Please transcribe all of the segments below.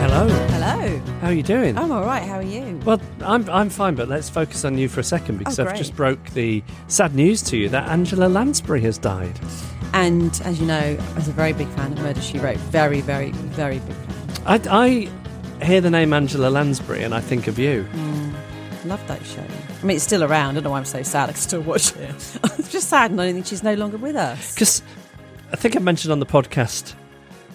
Hello. Hello. How are you doing? I'm all right. How are you? well, I'm, I'm fine, but let's focus on you for a second because I've Oh, great. just broke the sad news to you that Angela Lansbury has died. And as you know, I was a very big fan of Murder She Wrote. Very, very, very big fan. I, I hear the name Angela Lansbury and I think of you. Love that show. I mean, it's still around. I don't know why I'm so sad. I can still watch it. it's just sad, and I think she's no longer with us. Because I think I mentioned on the podcast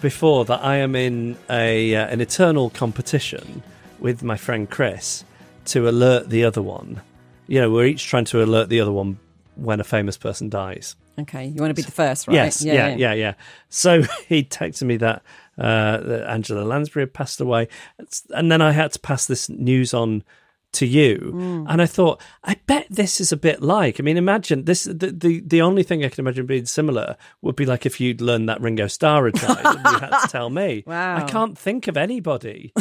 before that I am in a uh, an eternal competition with my friend Chris to alert the other one. You know, we're each trying to alert the other one when a famous person dies. Okay, you want to be the first, right? Yes, yeah, yeah, yeah, So he texted me that, uh, that Angela Lansbury had passed away, It's- and then I had to pass this news on to you. Mm. And I thought, I bet this is a bit like. I mean, imagine this. The, the the only thing I can imagine being similar would be like if you'd learned that Ringo Starr had died, and you had to tell me. Wow. I can't think of anybody.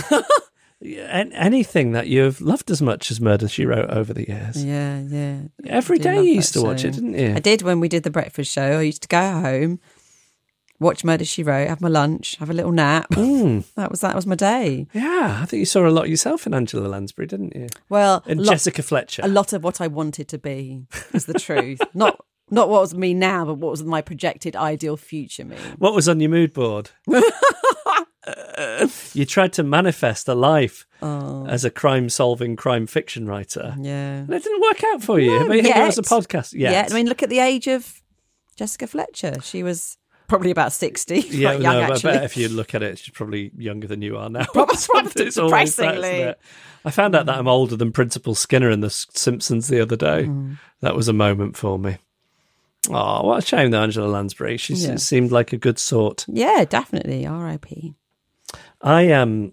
an- Anything that you've loved as much as Murder She Wrote over the years. Yeah, yeah. Every I do day love you that used to watch show. it, didn't you? I did when we did the breakfast show. I used to go home, watch Murder She Wrote, have my lunch, have a little nap. Mm. that was that was my day. Yeah, I think you saw a lot yourself in Angela Lansbury, didn't you? Well, And lo- Jessica Fletcher. a lot of what I wanted to be is the truth. not not what was me now, but what was my projected ideal future me. What was on your mood board? you tried to manifest a life as a crime solving crime fiction writer. Oh. Yeah. And it didn't work out for you. I mean, here was a Yet. podcast. Yet. Yeah. I mean, look at the age of Jessica Fletcher. She was probably about sixty. yeah, quite young no, I actually. bet if you look at it, she's probably younger than you are now. Probably, It's always that, isn't depressingly. it? I found out that I'm older than Principal Skinner in The S- Simpsons the other day. Mm. That was a moment for me. Oh, what a shame, though, Angela Lansbury. She s- Yeah. seemed like a good sort. Yeah, definitely. R.I.P. I Um,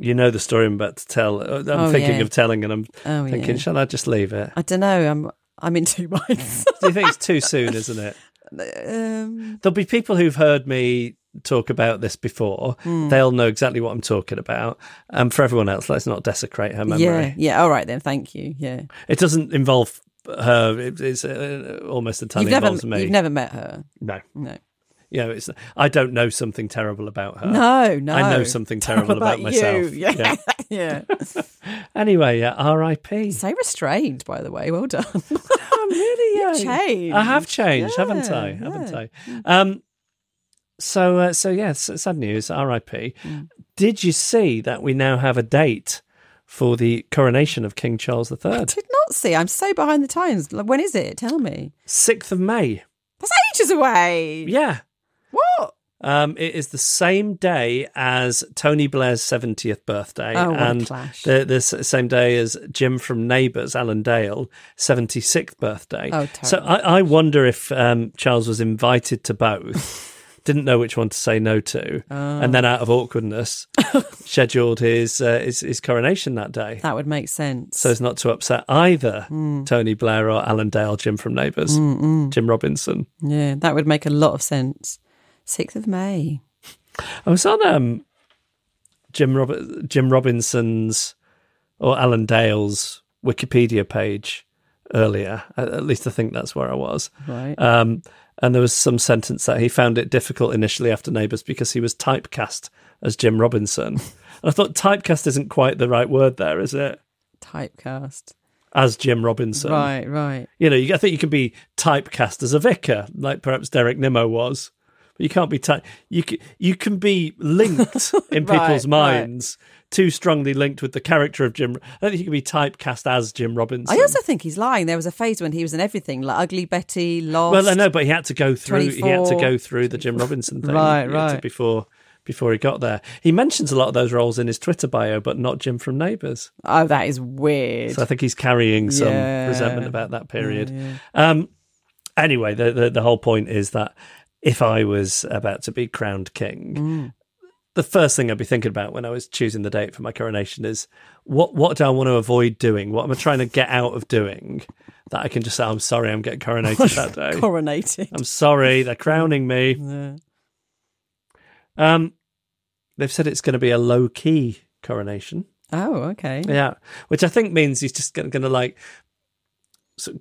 you know the story I'm about to tell. Uh, I'm Oh, thinking yeah. of telling, and I'm Oh, thinking, yeah. shall I just leave it? I don't know. I'm I'm in two minds. Do you think it's too soon, isn't it? um, There'll be people who've heard me talk about this before. Hmm. They'll know exactly what I'm talking about. And for everyone else, let's not desecrate her memory. yeah, yeah. All right then. Thank you. Yeah. It doesn't involve her. It, it's uh, almost entirely you've never involves me. you've never met her. no, No. you know, it's. I don't know something terrible about her. No, no. I know something terrible about, you. myself. Yeah. yeah. Anyway, uh, yeah, R.I.P. so restrained, by the way. Well done. I'm really You've yeah. changed. I have changed, haven't I? Yeah, Mm. Haven't I? Um, so, uh, so yes, sad news. R.I.P. Mm. Did you see that we now have a date for the coronation of King Charles I III? did not see. I'm so behind the times. Like, When is it? Tell me. Sixth of May. That's ages away. Yeah, What? um, it is the same day as Tony Blair's seventieth birthday, Oh, what a and clash. the, the s- same day as Jim from Neighbours, Alan Dale, seventy sixth birthday. Oh, so terrible. I, I wonder if um, Charles was invited to both. Didn't know which one to say no to, Oh. and then out of awkwardness, scheduled his, uh, his his coronation that day, That would make sense. so as not to upset either Hmm. Tony Blair or Alan Dale, Jim from Neighbours, Jim Robinson. yeah, that would make a lot of sense. 6th of May. I was on um, Jim Rob- Jim Robinson's or Alan Dale's Wikipedia page earlier. At, at least I think that's where I was. Right. Um, And there was some sentence that he found it difficult initially after Neighbours because he was typecast as Jim Robinson. and I thought typecast isn't quite the right word there, is it? Typecast. As Jim Robinson. Right, right. You know, you- I think you can be typecast as a vicar, like perhaps Derek Nimmo was. But you can't be type. You can, you can be linked in Right, people's right. minds, too strongly linked with the character of Jim. I don't think you can be typecast as Jim Robinson. I also think he's lying. There was a phase when he was in everything, like Ugly Betty, Lost. Well, I know, but he had to go through. He had to 24. go through the Jim Robinson thing, Right, he had to right. Before before he got there, he mentions a lot of those roles in his Twitter bio, but not Jim from Neighbours. Oh, that is weird. So I think he's carrying some Yeah. resentment about that period. Um, anyway, the, the the whole point is that if I was about to be crowned king. The first thing I'd be thinking about when I was choosing the date for my coronation is what what do I want to avoid doing? What am I trying to get out of doing that I can just say I'm sorry I'm getting coronated that day? Coronated. I'm sorry, they're crowning me. Um, they've said it's going to be a low key coronation. Oh, okay. Yeah, which I think means he's just going to like so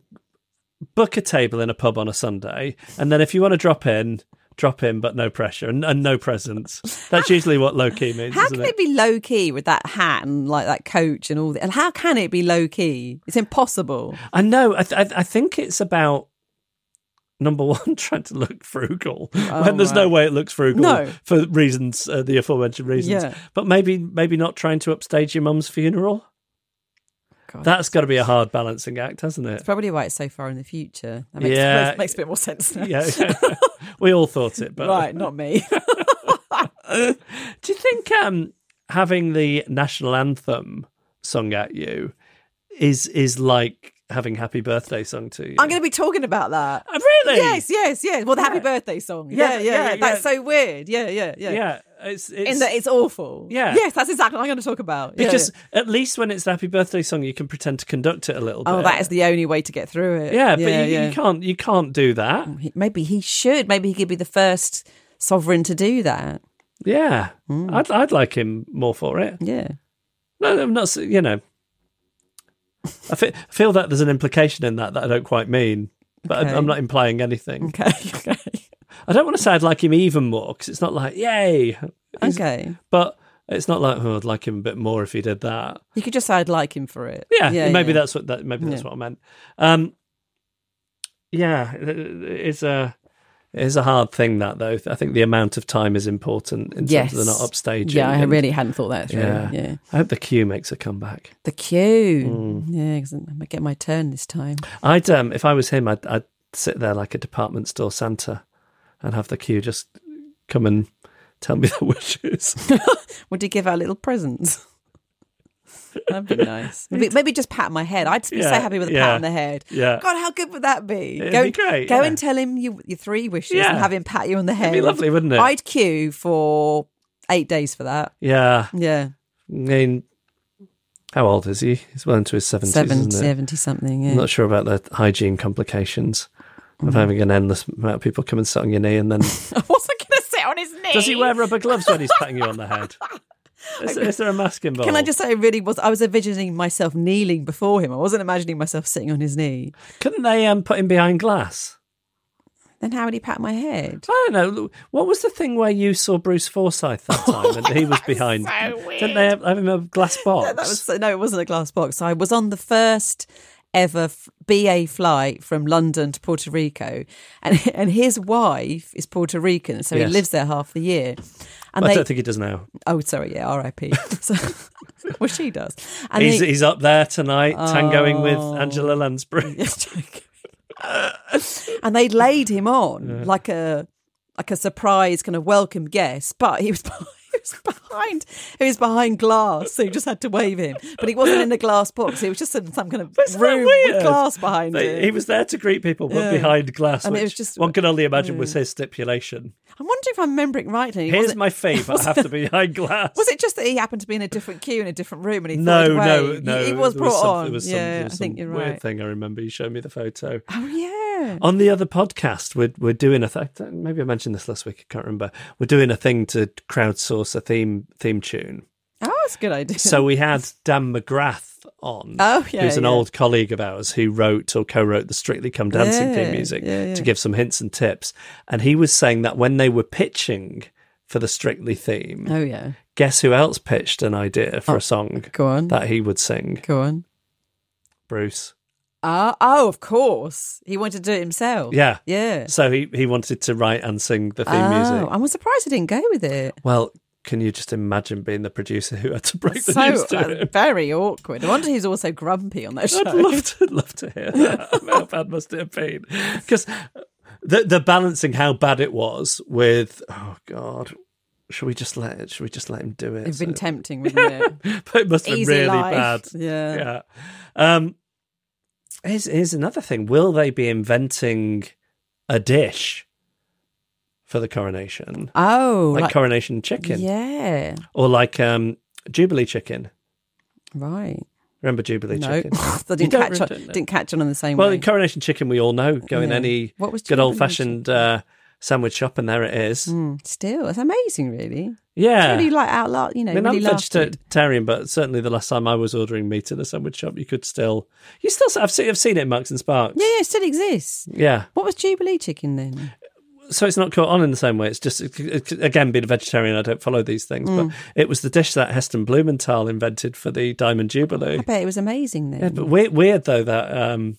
book a table in a pub on a Sunday, and then if you want to drop in, drop in, but no pressure and, and no presents. That's usually what low key means, How isn't can it? it be low key with that hat and like that coach and all that? And how can it be low key? It's impossible. I know. I, th- I, th- I think it's about number one trying to look frugal when there's no Oh, right. way it looks frugal No. for reasons uh, the aforementioned reasons. Yeah. But maybe maybe not trying to upstage your mum's funeral. God, That's got to be a hard balancing act, hasn't It's it? probably why it's so far in the future. That makes, Yeah. that makes a bit more sense. Now. Yeah, we all thought it, but Right, not me. do you think um, having the national anthem sung at you is is like having Happy Birthday sung to you? I'm going to be talking about that. Uh, really? Yes, yes, yes. Well, the happy birthday song. Yeah, Yeah, yeah, yeah, yeah. yeah, That's yeah. so weird. Yeah, yeah, yeah. Yeah, it's, it's In that it's awful. Yeah. Yes, that's exactly what I'm going to talk about. Yeah, Because yeah. at least when it's the happy birthday song, you can pretend to conduct it a little bit. oh, that is the only way to get through it. Uh, yeah, but you, you can't you can't do that. Oh, He- Maybe he should. Maybe he could be the first sovereign to do that. Yeah, Hmm. I'd I'd like him more for it. Yeah. No, I'm not. s- You know, I fe- I feel that there's an implication in that that I don't quite mean, but I- Okay. I'm not implying anything. Okay. Okay. I don't want to say I'd like him even more because it's not like yay, okay. but it's not like oh I'd like him a bit more if he did that. You could just say I'd like him for it. Yeah, maybe that's what that maybe that's what I meant. Um, yeah, it- it's a it is a hard thing that though. I think the amount of time is important in Yes. terms of the not upstaging. Yeah, I and- really hadn't thought that through. Yeah. Yeah. I hope the queue makes a comeback. The queue. Mm. Yeah, because I'm going to get my turn this time. I'd um, if I was him, I'd, I'd sit there like a department store Santa, and have the queue just come and tell me their wishes. Would you give our little presents? That'd be nice. Maybe, maybe just pat my head. I'd be so Yeah, happy with a yeah, pat on the head. yeah. God, how good would that be? It'd go, be great, Go yeah. and tell him you, your three wishes Yeah. and have him pat you on the head. be lovely, wouldn't it? I'd queue for eight days for that. yeah, I Yeah. mean, how old is he? He's well into his seventies, Seven, isn't it? 70 something. Yeah. I'm not sure about the hygiene complications of Mm-hmm. having an endless amount of people come and sit on your knee. And then I wasn't going to sit on his knee. does he wear rubber gloves when he's patting you on the head? Is, is there a mask involved? Can I just say, I really was. I was envisioning myself kneeling before him. I wasn't imagining myself sitting on his knee. Couldn't they um, put him behind glass? Then how would he pat my head? I don't know. What was the thing where you saw Bruce Forsyth that time and he was behind? Didn't they have, have him in a glass box? That was so, no, it wasn't a glass box. I was on the first ever f- BA flight from London to Puerto Rico, and and his wife is Puerto Rican, so Yes. he lives there half the year. And I they, don't think he does now. oh, sorry, yeah, R.I.P. so, well, she does. And He's, he- Oh. he's up there tonight, tangoing with Angela Lansbury. and they laid him on like a like a surprise kind of welcome guest, but he was behind, he was behind he was behind glass, so you just had to wave him. But he wasn't in a glass box; he was just in some kind of Isn't that room weird? with glass behind They- him. He was there to greet people, but behind glass, And it which was just- one can only imagine was his stipulation. I'm wondering if I'm remembering rightly. Here's was it, my favour. I have to be behind glass. was it just that he happened to be in a different queue in a different room and he No, thought he'd no, wave? no. He, he was there brought some- on. there was some- yeah, there I was think some you're weird right. thing. I remember you showed me the photo Oh yeah. on the other podcast. We're we're doing a th- maybe I mentioned this last week. I can't remember. We're doing a thing to crowdsource a theme theme tune. Oh, that's a good idea. So we had Dan McGrath Roth on. Oh, yeah, Who's an yeah. old colleague of ours who wrote or co wrote the Strictly Come Dancing Yeah, theme music yeah, yeah. to give some hints and tips. And he was saying that when they were pitching for the Strictly theme, Oh yeah. guess who else pitched an idea for a song Go on. that he would sing? Go on. Bruce. Ah, oh, of course. He wanted to do it himself. Yeah. Yeah. Oh, So he, he wanted to write and sing the theme music. I was surprised he didn't go with it. Well, can you just imagine being the producer who had to break the so news to uh, him? very awkward. I wonder he's also grumpy on that show. I'd love to love to hear that. how bad must it have been? Because the the balancing how bad it was with oh god, should we just let it? Should we just let him do it? It's been tempting, wouldn't it? But it must have been Easy really life. bad. Yeah. yeah. Um, here's here's another thing. Will they be inventing a dish for the coronation, Oh, like, like- coronation chicken, yeah, or like um, jubilee chicken? right. Remember Jubilee No, chicken? I You didn't don't catch on. remember? Didn't catch on in the same Well, way. in Coronation Chicken, we all know going Yeah. any What was good Jubilee old fashioned uh, sandwich shop, and there it is. Mm, still, it's amazing, really. Yeah. It's really like out loud, you know. I mean, really I'm lasted. vegetarian, but certainly the last time I was ordering meat at a sandwich shop, you could still, you still, I've seen, I've seen it, at Marks and Sparks. Yeah, yeah, it still exists. Yeah. What was Jubilee chicken then? so it's not caught on in the same way. It's just it- it- again being a vegetarian, I don't follow these things. Hmm. But it was the dish that Heston Blumenthal invented for the Diamond Jubilee. I bet it was amazing then. Yeah, but weird, weird though that um,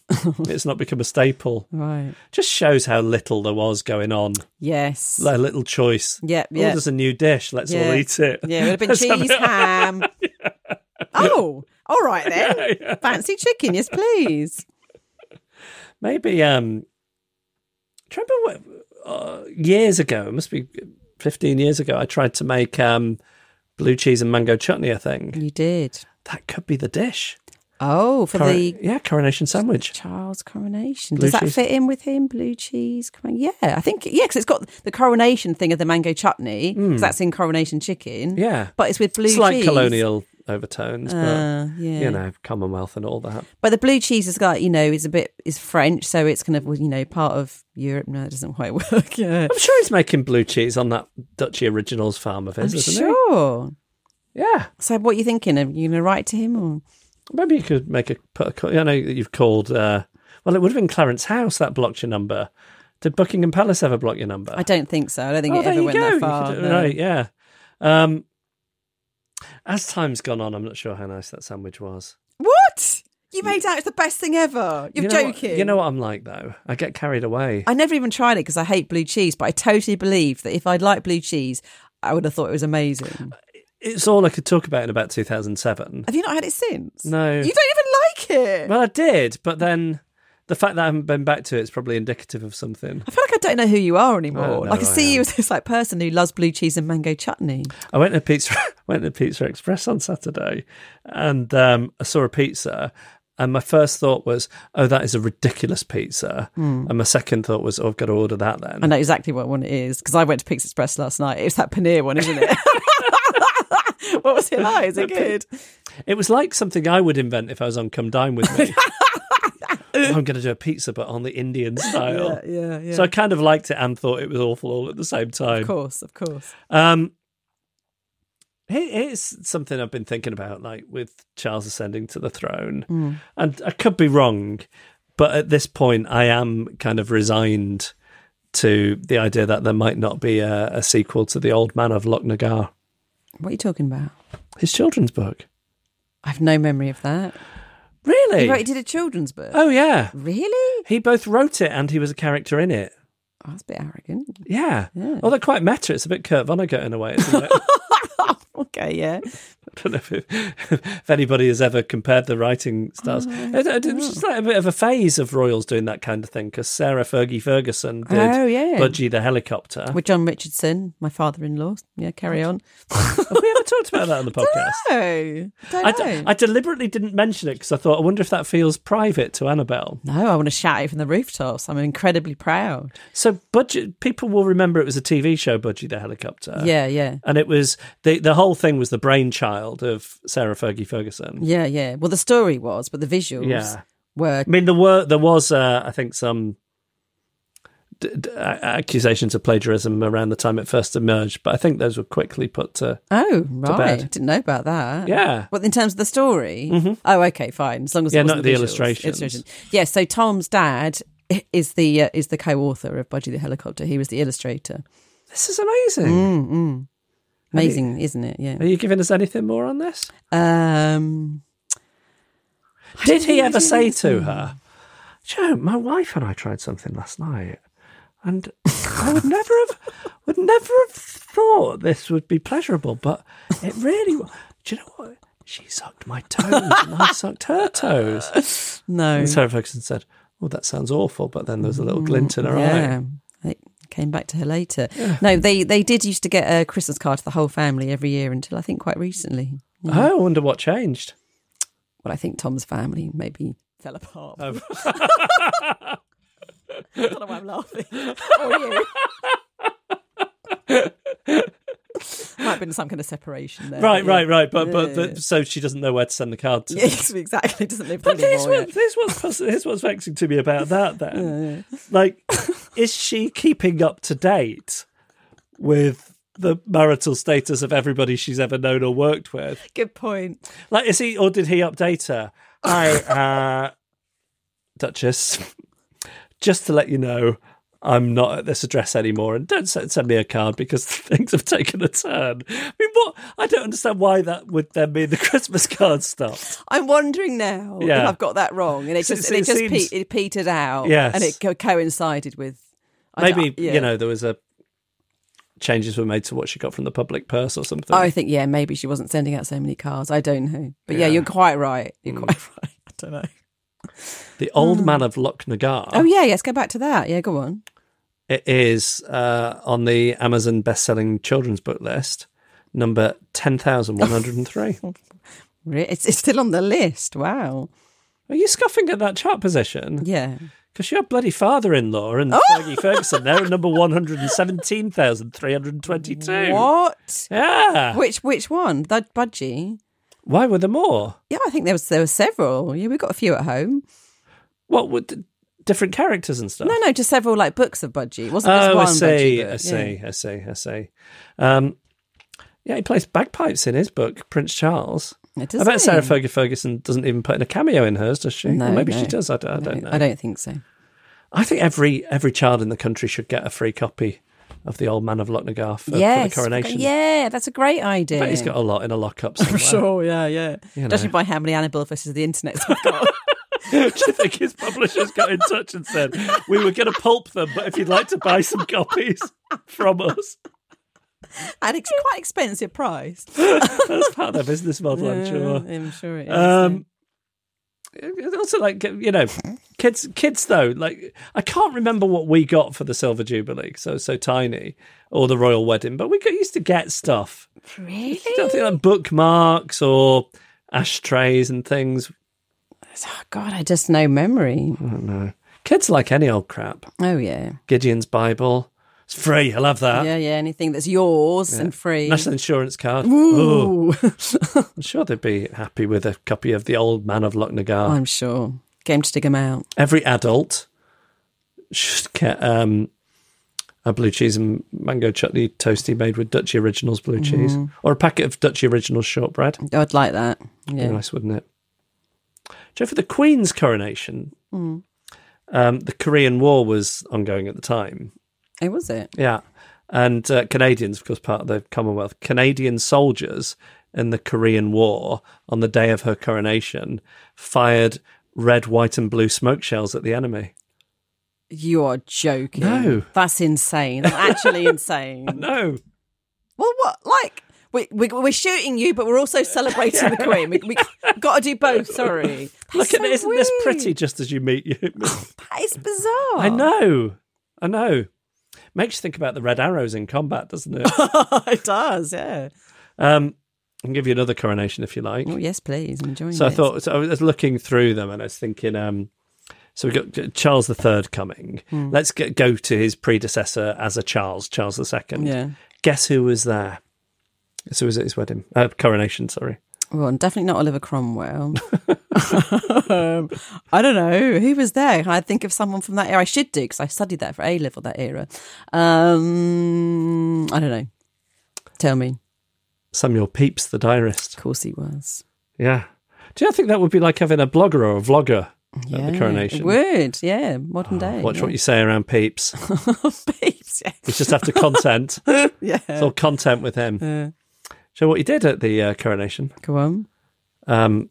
it's not become a staple. right. Just shows how little there was going on. Yes. Like a little choice. Yeah, Oh, yeah. there's a new dish. Let's all Yeah. eat it. Yeah, it would have been Let's have cheese, it. ham. Oh, all right then. Fancy chicken, yes, please. Maybe um, do you remember what, uh, years ago? It must be 15 years ago. I tried to make um, blue cheese and mango chutney a thing. You did. That could be the dish. Oh, for Coro- the yeah, coronation sandwich. Charles coronation. Blue Does that cheese. fit in with him? Blue cheese. coron- Yeah, I think yeah, because it's got the coronation thing of the mango chutney. 'cause that's in coronation chicken. Hmm. Yeah. but it's with blue Slight cheese. colonial overtones, Uh, but yeah. you know, Commonwealth and all that. But the blue cheese is got you know is a bit is French, so it's kind of well, you know part of Europe. No, it doesn't quite work. Yeah, I'm sure he's making blue cheese on that Dutchy Originals farm of his, I'm isn't sure. he? Yeah. So what are you thinking? Are you gonna write to him or? Maybe you could make a put a call. I know that you've called. Uh, well, it would have been Clarence House that blocked your number. Did Buckingham Palace ever block your number? I don't think so. I don't think oh, it there ever you went go. that You far. could- no. Right, yeah. Um, as time's gone on, I'm not sure how nice that sandwich was. What? You made out it's the best thing ever. You're You know what- joking. you know what I'm like though. I get carried away. I never even tried it because I hate blue cheese, but I totally believe that if I'd liked blue cheese, I would have thought it was amazing. it's all I could talk about in about 2007. Have you not had it since? No. You don't even like it. Well, I did, but then the fact that I haven't been back to it is probably indicative of something. I feel like I don't know who you are I anymore. don't know like I who I see you am. as this like person who loves blue cheese and mango chutney. I went to Pizza went to Pizza Express on Saturday, and um, I saw a pizza. And my first thought was, "Oh, that is a ridiculous pizza." And my second thought was, "Oh, I've got to order that then." Hmm. I know exactly what one it is because I went to Pizza Express last night. It's that paneer one, isn't it? what was it like? Is it good? It was like something I would invent if I was on Come Dine with me. "Oh, I'm going to do a pizza, but on the Indian style. yeah, yeah. So I kind of liked it and thought it was awful all at the same time. Of course, of course. Um, here- here's something I've been thinking about, like with Charles ascending to the throne, Mm. and I could be wrong, but at this point, I am kind of resigned to the idea that there might not be a, a sequel to the Old Man of Loch Nagar, What are you talking about? his children's book. I have no memory of that. Really? He wrote, he did a children's book. oh yeah, Really? he both wrote it and he was a character in it. Oh, that's a bit arrogant. Yeah. Although quite meta, it's a bit Kurt Vonnegut in a way, isn't it? Okay, yeah. don't know if, if anybody has ever compared the writing Oh, styles. it, it, was just like a bit of a phase of royals doing that kind of thing because Sarah Fergie Ferguson did Oh, yeah. Budgie the helicopter. With John Richardson, my father-in-law. Yeah, carry on. Have we ever talked about that on the podcast? No, I, d- I deliberately didn't mention it because I thought, I wonder if that feels private to Annabelle. no, I want to shout it from the rooftops. I'm incredibly proud. So, Budgie, people will remember it was a TV show, Budgie the helicopter. yeah, yeah, And it was the the whole thing was the brainchild of Sarah Fergie Ferguson. yeah, yeah. Well, the story was, but the visuals Yeah. were I mean, there were there was uh, I think some d- d- a- accusations of plagiarism around the time it first emerged, but I think those were quickly put to. Oh, right. bad. Didn't know about that. Yeah. Mm-hmm. But in terms of the story, oh, okay, fine. As long as it Yeah, wasn't not the visuals. illustrations. Yeah. So Tom's dad is the uh, is the co-author of Budgie the Helicopter. He was the illustrator. This is amazing. Amazing, isn't it? Are Yeah. you giving us anything more on this? Um, Did he ever say to her, Joe, my wife and I tried something last night, and I would never have, would never have thought this would be pleasurable, but it really. wa- Do you know what? She sucked my toes, and I sucked her toes. no. And Sarah Ferguson said, "Oh, that sounds awful," but then there was a little glint in her Mm, Yeah. eye. It came back to her later. No, they they did used to get a Christmas card to the whole family every year until I think quite recently. Oh, I wonder what changed. Well, I think Tom's family maybe fell apart. Oh. I don't know why I'm laughing. Or you. Might have been some kind of separation there. Right, Yeah. right, right. But but Yeah. the, so she doesn't know where to send the card to. Yes, exactly. Doesn't live there But here's, anymore. what, here's, what's, pos- here's what's vexing to me about that then. Like, is she keeping up to date with the marital status of everybody she's ever known or worked with? yeah. Good point. Like, is he or did he update her? I, uh, Duchess, just to let you know, I'm not at this address anymore, and don't send send me a card because things have taken a turn. I mean, what? I don't understand why that would then mean the Christmas card stopped. I'm wondering now if Yeah. I've got that wrong, and it So- just so and it, it just seems- pe- it petered out, Yes. and it co- coincided with I don't- Maybe yeah. you know there was a changes were made to what she got from the public purse or something. I think yeah, maybe she wasn't sending out so many cards. I don't know, but yeah, you're quite right. You're quite right. I don't know. the old man of Loch Nagar. Hmm. Oh yeah, yes. Go back to that. Yeah, go on. It is uh, on the Amazon best-selling children's book list, number ten thousand one hundred and three. Re- It's it's still on the list. Wow. Are you scoffing at that chart position? Yeah. Oh! Because your bloody father-in-law and Fergie Ferguson, they're at number one hundred and seventeen thousand three hundred and twenty-two. What? Yeah. Which which one? That budgie. Why were there more? Yeah, I think there was there were several. Yeah, we got a few at home. What would different characters and stuff? No, no, just several like books of budgie. It wasn't just Oh, one I see, budgie. book. I see, Yeah. I see, I see. Um, yeah, he plays bagpipes in his book, Prince Charles. Yeah, I doesn't bet Sarah he? Fergie Ferguson doesn't even put in a cameo in hers, does she? eh? No, Or maybe no. she does. I don't, I don't know. I don't think so. I think every every child in the country should get a free copy of the Old Man of Lochnagar for, for yes. the coronation. Yeah, that's a great idea. I bet he's got a lot in a lockup somewhere. For sure, yeah, yeah. You Judging know. by how many Annabelle versus the internet I've got. Do you think his publishers got in touch and said, "We were going to pulp them, but if you'd like to buy some copies from us, and it's quite expensive price. that's part of their business model, I'm sure." I'm sure it is. Um, it's also like you know, kids, kids though. Like I can't remember what we got for the silver jubilee, so so tiny, or the royal wedding. But we got, used to get stuff. really? I don't think like bookmarks or ashtrays and things. Oh, God, I just know memory. Kids like any old crap. Oh, yeah. Gideon's Bible. It's free. I love that. yeah, yeah. Anything that's yours and free. Uh, National insurance card. Ooh. Ooh. I'm sure they'd be happy with a copy of the Old Man of Lochnagar. I'm sure. Game to dig them out. every adult should get um, a blue cheese and mango chutney toasty made with Dutchy Originals blue cheese or a packet of Dutchy Originals shortbread. Oh, I'd like that. Be Yeah. nice, wouldn't it? Joe, for the Queen's coronation, um, the Korean War was ongoing at the time. It Oh, was it. Yeah. And uh, Canadians, of course, part of the Commonwealth, Canadian soldiers in the Korean War on the day of her coronation fired red, white, and blue smoke shells at the enemy. You are joking. No. That's insane. That's actually insane. No. Well, what? Like, we, we, we're shooting you, but we're also celebrating the Queen. We, we got to do both, sorry. Look That's at so isn't this pretty weird. just as you meet you? That is bizarre. I know. I know. Makes you think about the red arrows in combat, doesn't it? it does, yeah. um, I can give you another coronation if you like. Oh, yes, please. I'm enjoying So I this. thought so I was looking through them and I was thinking, um, so we've got Charles III coming. Let's get, go to his predecessor as a Charles, Charles II. Yeah. Guess who was there? So was at his wedding, uh, coronation, sorry. Well, and definitely not Oliver Cromwell. um, I don't know who was there. Can I think of someone from that era? I should do because I studied that for A level that era. Um, I don't know. Tell me. Samuel Pepys, the diarist. Of course he was. Yeah. Do you think that would be like having a blogger or a vlogger at the Yeah, coronation? It would. Yeah, modern day. Watch yeah. what you say around Peeps. Babes, yeah. It's just after content. it's yeah. all content with him. So what he did at the uh, coronation, Go on. um,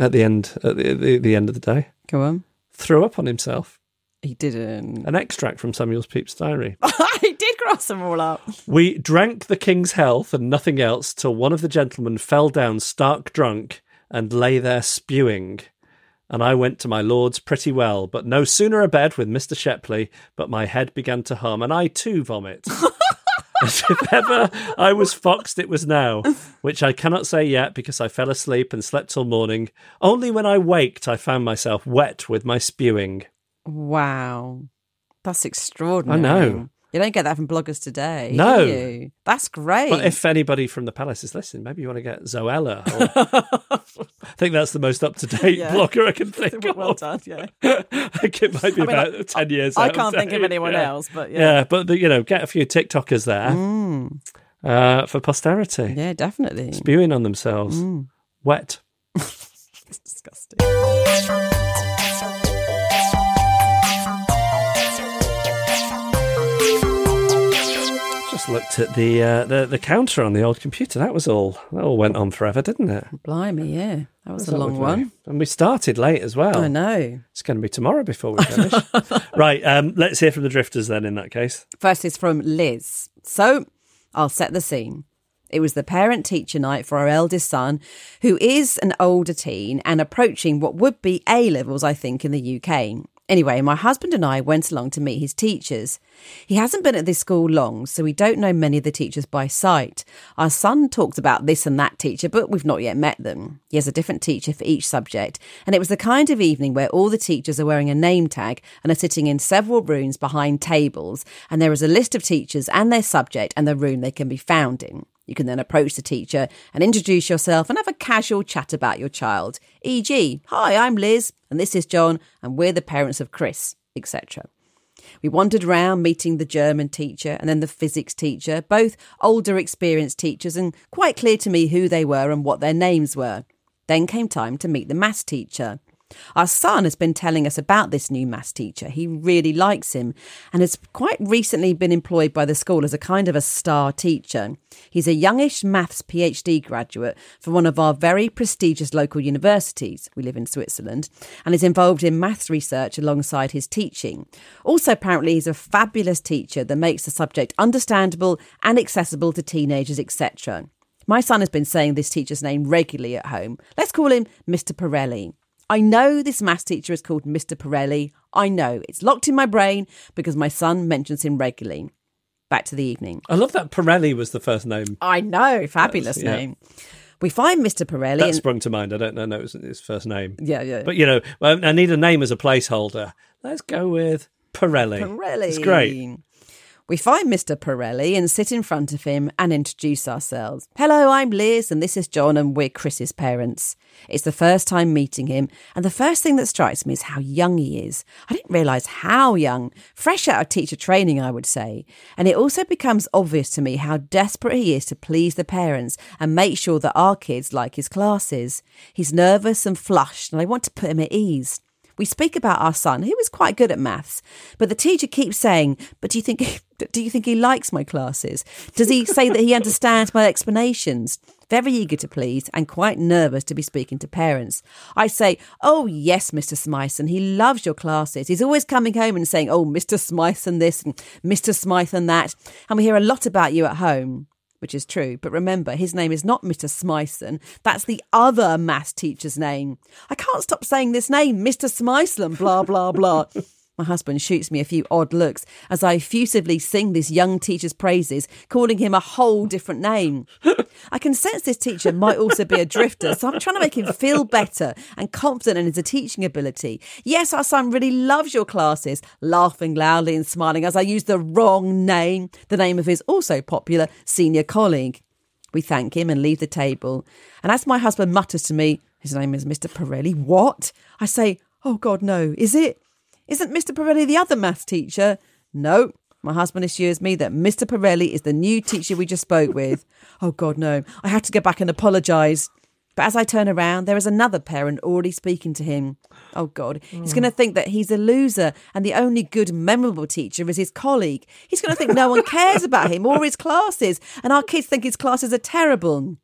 at the end, at the, the, the end of the day, Go on. threw up on himself. He didn't. An extract from Samuel's Pepys diary. he did cross them all up. We drank the king's health and nothing else till one of the gentlemen fell down stark drunk and lay there spewing. And I went to my lord's pretty well, but no sooner abed with Mr. Shepley, but my head began to hum, and I too vomit. As if ever I was foxed, it was now, which I cannot say yet because I fell asleep and slept till morning. Only when I waked, I found myself wet with my spewing. Wow. That's extraordinary. know. You don't get that from bloggers today. do No. you? That's great. But if anybody from the palace is listening, maybe you want to get Zoella. Or... I think that's the most up to date Yeah. blogger I can think of. well done, yeah. I think it might be mean, about 10 years I out can't think of date, anyone yeah. else, but Yeah, yeah. Mm. but the, you know, get a few TikTokers there uh, for posterity, Yeah, definitely. spewing on themselves, wet. Mm. disgusting. Just looked at the, uh, the the counter on the old computer. That was all. That all went on forever, didn't it? Blimey, yeah. That was a That long would be- one. And we started late as well. I know. It's going to be tomorrow before we finish. right, um, let's hear from the drifters then. In that case, First is from Liz. So I'll set the scene. It was the parent teacher night for our eldest son, who is an older teen and approaching what would be A levels, I think, in the UK. Anyway, my husband and I went along to meet his teachers. He hasn't been at this school long, so we don't know many of the teachers by sight. Our son talked about this and that teacher, but we've not yet met them. He has a different teacher for each subject, and it was the kind of evening where all the teachers are wearing a name tag and are sitting in several rooms behind tables, and there is a list of teachers and their subject and the room they can be found in. You can then approach the teacher and introduce yourself and have a casual chat about your child, e.g., Hi, I'm Liz, and this is John, and we're the parents of Chris, etc. We wandered round meeting the German teacher and then the physics teacher, both older experienced teachers, and quite clear to me who they were and what their names were. Then came time to meet the maths teacher. Our son has been telling us about this new maths teacher. He really likes him and has quite recently been employed by the school as a kind of a star teacher. He's a youngish maths PhD graduate from one of our very prestigious local universities. We live in Switzerland and is involved in maths research alongside his teaching. Also, apparently, he's a fabulous teacher that makes the subject understandable and accessible to teenagers, etc. My son has been saying this teacher's name regularly at home. Let's call him Mr. Pirelli. I know this maths teacher is called Mr. Pirelli. I know. It's locked in my brain because my son mentions him regularly. Back to the evening. I love that Pirelli was the first name I know. Fabulous That's- yeah. name. We find Mr. Pirelli. that and- sprung to mind. I don't know, no, it was his first name, yeah, yeah. but you know, well, I need a name as a placeholder. Let's go with Pirelli. Pirelli. it's great. We find Mr. Pirelli and sit in front of him and introduce ourselves. Hello, I'm Liz, and this is John, and we're Chris's parents. It's the first time meeting him, and the first thing that strikes me is how young he is. I didn't realise how young, fresh out of teacher training, I would say. And it also becomes obvious to me how desperate he is to please the parents and make sure that our kids like his classes. He's nervous and flushed, and I want to put him at ease. We speak about our son, who is quite good at maths, but the teacher keeps saying, "But do you think do you think he likes my classes? Does he say that he understands my explanations?" Very eager to please and quite nervous to be speaking to parents. I say, "Oh yes, Mr. Smyson, he loves your classes. He's always coming home and saying, "Oh, Mr. Smyson this and Mr. Smyson that." And we hear a lot about you at home which is true. But remember, his name is not Mr. Smyson. That's the other maths teacher's name. I can't stop saying this name, Mr. Smyson, blah, blah, blah. My husband shoots me a few odd looks as I effusively sing this young teacher's praises, calling him a whole different name. I can sense this teacher might also be a drifter, so I'm trying to make him feel better and confident in his teaching ability. Yes, our son really loves your classes, laughing loudly and smiling as I use the wrong name, the name of his also popular senior colleague. We thank him and leave the table. And as my husband mutters to me, his name is Mr. Pirelli, what? I say, oh God, no. Is it? Isn't Mr. Pirelli the other maths teacher? No. My husband assures me that Mr. Pirelli is the new teacher we just spoke with. oh God, no. I have to go back and apologise. But as I turn around, there is another parent already speaking to him. Oh God, he's going to think that he's a loser and the only good, memorable teacher is his colleague. He's going to think no one cares about him or his classes, and our kids think his classes are terrible.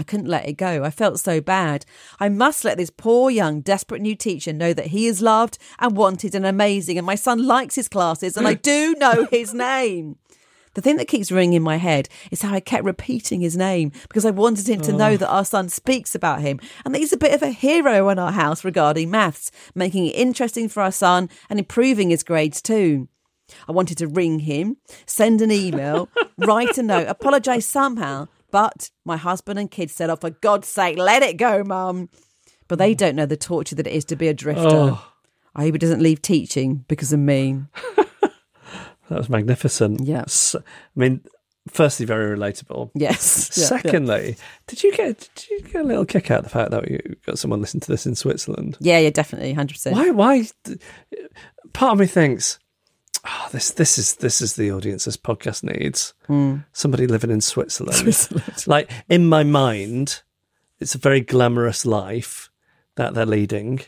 I couldn't let it go. I felt so bad. I must let this poor, young, desperate new teacher know that he is loved and wanted and amazing, and my son likes his classes, and I do know his name. The thing that keeps ringing in my head is how I kept repeating his name because I wanted him to know that our son speaks about him and that he's a bit of a hero in our house regarding maths, making it interesting for our son and improving his grades too. I wanted to ring him, send an email, write a note, apologise somehow, but my husband and kids said, Oh, for God's sake, let it go, mum. But they don't know the torture that it is to be a drifter. I hope he doesn't leave teaching because of me. That was magnificent. Yeah. S- I mean, firstly, very relatable. Yes. Yeah, yeah. Secondly, did you get did you get a little kick out of the fact that you got someone listening to this in Switzerland? Yeah, yeah, definitely, hundred percent. Why? Why? Part of me thinks, oh, this this is this is the audience this podcast needs. Somebody living in Switzerland. Like in my mind, it's a very glamorous life that they're leading.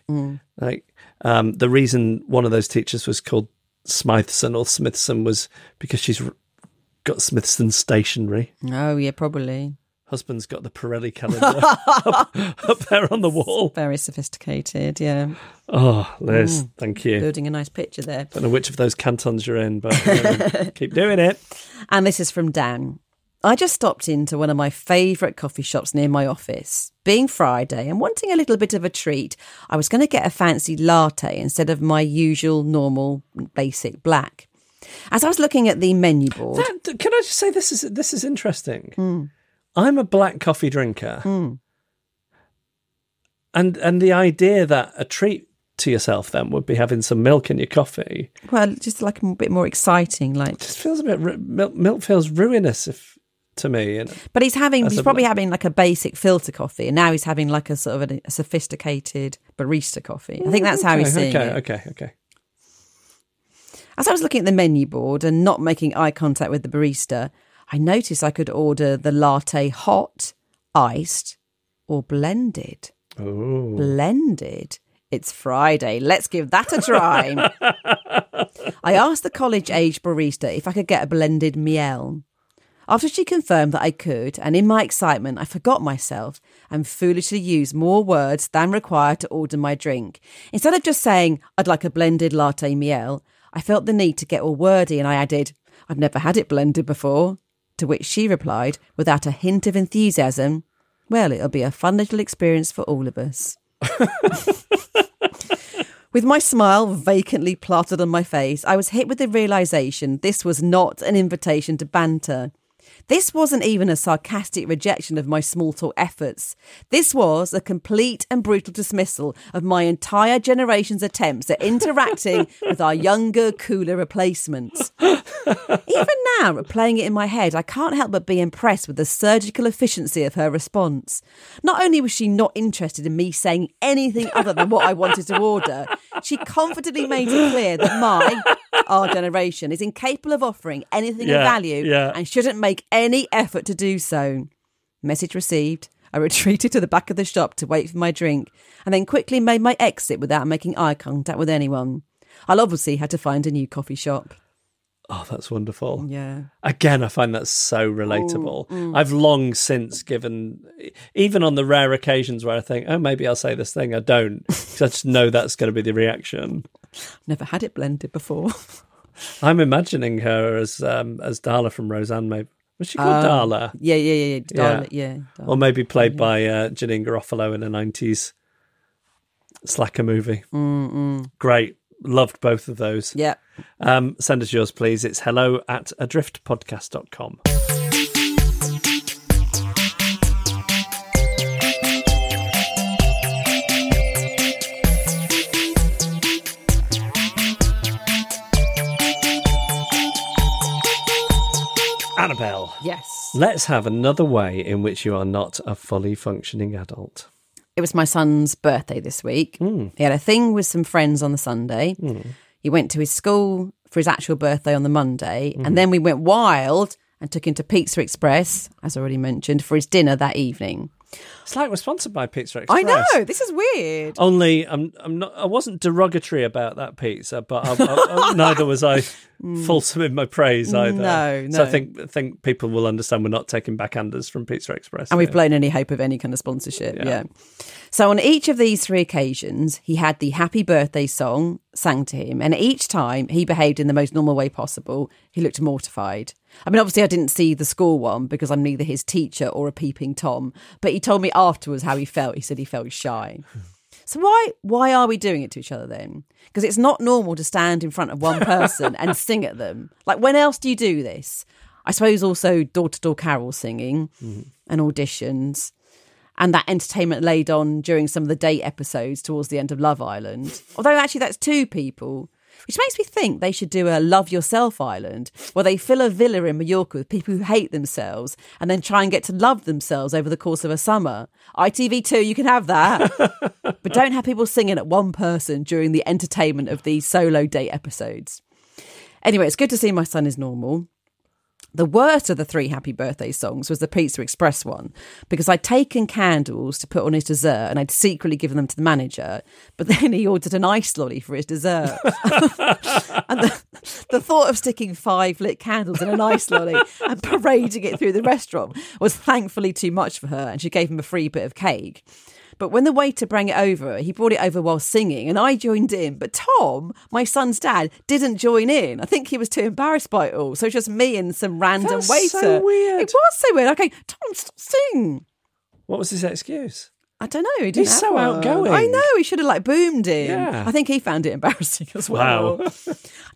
Like um, the reason one of those teachers was called Smytheson or Smithson was because she's r- got Smithson stationery. Oh, yeah, probably Husband's got the Pirelli calendar up, up there on the wall. very sophisticated. Yeah, Oh, Liz, thank you. building a nice picture there. don't know which of those cantons you're in, but um, keep doing it. And this is from Dan. I just stopped into one of my favourite coffee shops near my office. Being Friday and wanting a little bit of a treat, I was going to get a fancy latte instead of my usual, normal, basic black. As I was looking at the menu board, That- can I just say this is this is interesting? Hmm. I'm a black coffee drinker, and and the idea that a treat to yourself then would be having some milk in your coffee well, just like a bit more exciting, like just feels a bit ru- milk, milk feels ruinous if to me. And But he's having, That's he's a- probably having like a basic filter coffee, and now he's having like a sort of a, a sophisticated barista coffee. I think that's how he's okay, seeing okay, it. okay, okay. As I was looking at the menu board and not making eye contact with the barista, I noticed I could order the latte hot, iced, or blended. Oh, Blended. It's Friday. Let's give that a try. I asked the college age barista if I could get a blended miel. After she confirmed that I could, and in my excitement, I forgot myself and foolishly used more words than required to order my drink. Instead of just saying, I'd like a blended latte miel, I felt the need to get all wordy and I added, I've never had it blended before. To which she replied, without a hint of enthusiasm, Well, it'll be a fun little experience for all of us. With my smile vacantly plastered on my face, I was hit with the realization this was not an invitation to banter. This wasn't even a sarcastic rejection of my small talk efforts. This was a complete and brutal dismissal of my entire generation's attempts at interacting with our younger, cooler replacements. Even now, replaying it in my head, I can't help but be impressed with the surgical efficiency of her response. Not only was she not interested in me saying anything other than what I wanted to order, she confidently made it clear that my, our generation, is incapable of offering anything Yeah, of value yeah. and shouldn't make any effort to do so. Message received. I retreated to the back of the shop to wait for my drink and then quickly made my exit without making eye contact with anyone. I'll obviously had to find a new coffee shop. oh, that's wonderful. Yeah. Again, I find that so Mm, relatable. I've long since given, even on the rare occasions where I think, oh, maybe I'll say this thing, I don't, 'cause I just know that's going to be the reaction. Never had it blended before. I'm imagining her as um, as Darla from Roseanne. Maybe was she called Darla, yeah, yeah, yeah, yeah. Um, Darla, Yeah. yeah. or maybe played by uh, Janine Garofalo in a '90s slacker movie? Mm-mm. Mm, Great, loved both of those. yeah. Um, send us yours, please. It's hello at adriftpodcast.com. Annabelle. Yes. Yes. Let's have another way in which you are not a fully functioning adult. It was my son's birthday this week. He had a thing with some friends on the Sunday. He went to his school for his actual birthday on the Monday. And then we went wild and took him to Pizza Express, as already mentioned, for his dinner that evening. It's like we're sponsored by Pizza Express. I know. This is weird. Only I'm I'm not I wasn't derogatory about that pizza, but I, I, I- neither was I fulsome in my praise either. Mm. No, So I no. think I think people will understand we're not taking backhanders from Pizza Express. And here. we've blown any hope of any kind of sponsorship. Yeah. So on each of these three occasions, he had the happy birthday song sang to him. And each time he behaved in the most normal way possible. He looked mortified. I mean, obviously, I didn't see the school one because I'm neither his teacher or a peeping Tom. But he told me afterwards how he felt. He said he felt shy. So why why are we doing it to each other then? Because it's not normal to stand in front of one person and sing at them. Like when else do you do this? I suppose also door to door carol singing and auditions and that entertainment laid on during some of the date episodes towards the end of Love Island. Although actually that's two people. Which makes me think they should do a Love Yourself Island where they fill a villa in Mallorca with people who hate themselves and then try and get to love themselves over the course of a summer. ITV2, you can have that. but don't have people singing at one person during the entertainment of these solo date episodes. Anyway, it's good to see my son is normal. The worst of the three happy birthday songs was the Pizza Express one because I'd taken candles to put on his dessert and I'd secretly given them to the manager, but then he ordered an ice lolly for his dessert. and the, the thought of sticking five lit candles in an ice lolly and parading it through the restaurant was thankfully too much for her, and she gave him a free bit of cake. But when the waiter brought it over, he brought it over while singing, and I joined in. But Tom, my son's dad, didn't join in. I think he was too embarrassed by it all. So it was just me and some random That's so waiter. weird. It was so weird. Okay, Tom, stop sing. What was his excuse? I don't know. He didn't He's have so one. outgoing. I know. He should have like boomed in. Yeah. I think he found it embarrassing as Wow. well. I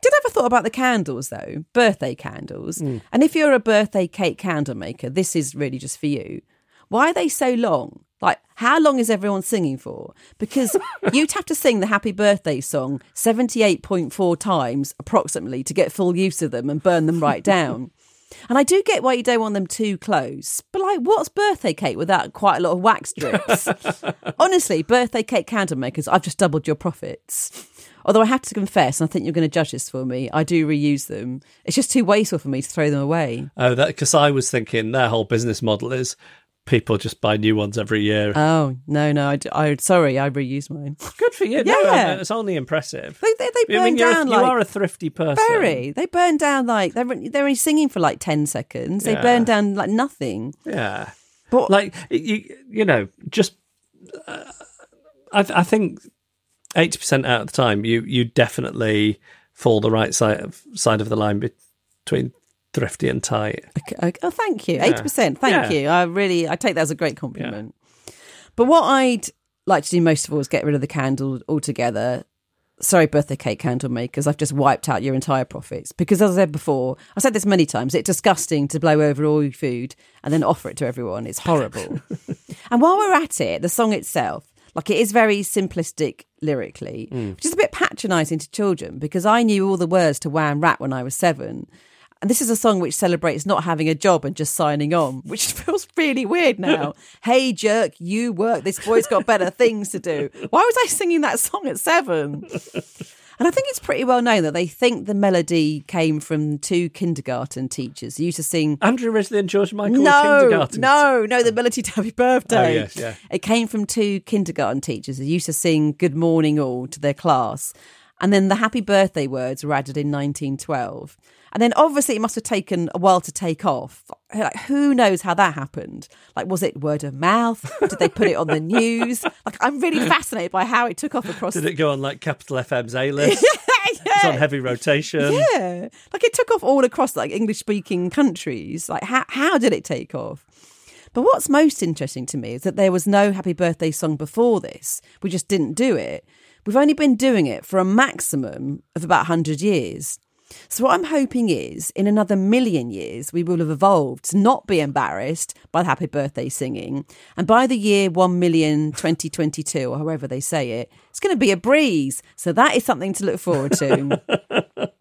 did have a thought about the candles though, birthday candles. Hmm. And if you're a birthday cake candle maker, this is really just for you. Why are they so long? Like, how long is everyone singing for? Because you'd have to sing the happy birthday song 78.4 times approximately to get full use of them and burn them right down. And I do get why you don't want them too close, but like, what's birthday cake without quite a lot of wax drips? Honestly, birthday cake candle makers, I've just doubled your profits. Although I have to confess, and I think you're going to judge this for me, I do reuse them. It's just too wasteful for me to throw them away. Oh, that because I was thinking their whole business model is people just buy new ones every year. Oh no, no, I, d- I- sorry, I reuse mine. Good for you. No, yeah. no, it's only impressive. They they, they burn I mean, you're, a- down you like are a thrifty person. very. They burn down like they're they're only singing for like ten seconds. They Yeah. burn down like nothing. Yeah. But- like you, you know, just uh, I, I think eighty percent out of the time, you you definitely fall the right side of side of the line between thrifty and tight. Okay, okay. Oh, thank you. Eighty percent. Thank Yeah. you. I really, I take that as a great compliment. But what I'd like to do most of all is get rid of the candle altogether. Sorry, birthday cake candle makers. I've just wiped out your entire profits because, as I said before, I said this many times. It's disgusting to blow over all your food and then offer it to everyone. It's horrible. and while we're at it, the song itself, like it is very simplistic lyrically, which is a bit patronising to children because I knew all the words to Wham Rat when I was seven. And this is a song which celebrates not having a job and just signing on, which feels really weird now. hey, jerk, you work. This boy's got better things to do. Why was I singing that song at seven? And I think it's pretty well known that they think the melody came from two kindergarten teachers who used to sing Andrew Ridgely and George Michael were no, kindergarten. no, no, the ability to happy birthday. Oh, yes, yeah. It came from two kindergarten teachers who used to sing Good Morning All to their class. And then the happy birthday words were added in 1912. And then obviously it must have taken a while to take off. Like, who knows how that happened? Like, was it word of mouth? Did they put it on the news? Like, I'm really fascinated by how it took off across Did it go on like Capital FM's A list? It's on heavy rotation. Yeah. Like it took off all across like English speaking countries. Like how how did it take off? But what's most interesting to me is that there was no happy birthday song before this. We just didn't do it. We've only been doing it for a maximum of about 100 years. So what I'm hoping is in another million years we will have evolved to not be embarrassed by the happy birthday singing and by the year 1 million 2022 or however they say it it's going to be a breeze so that is something to look forward to God,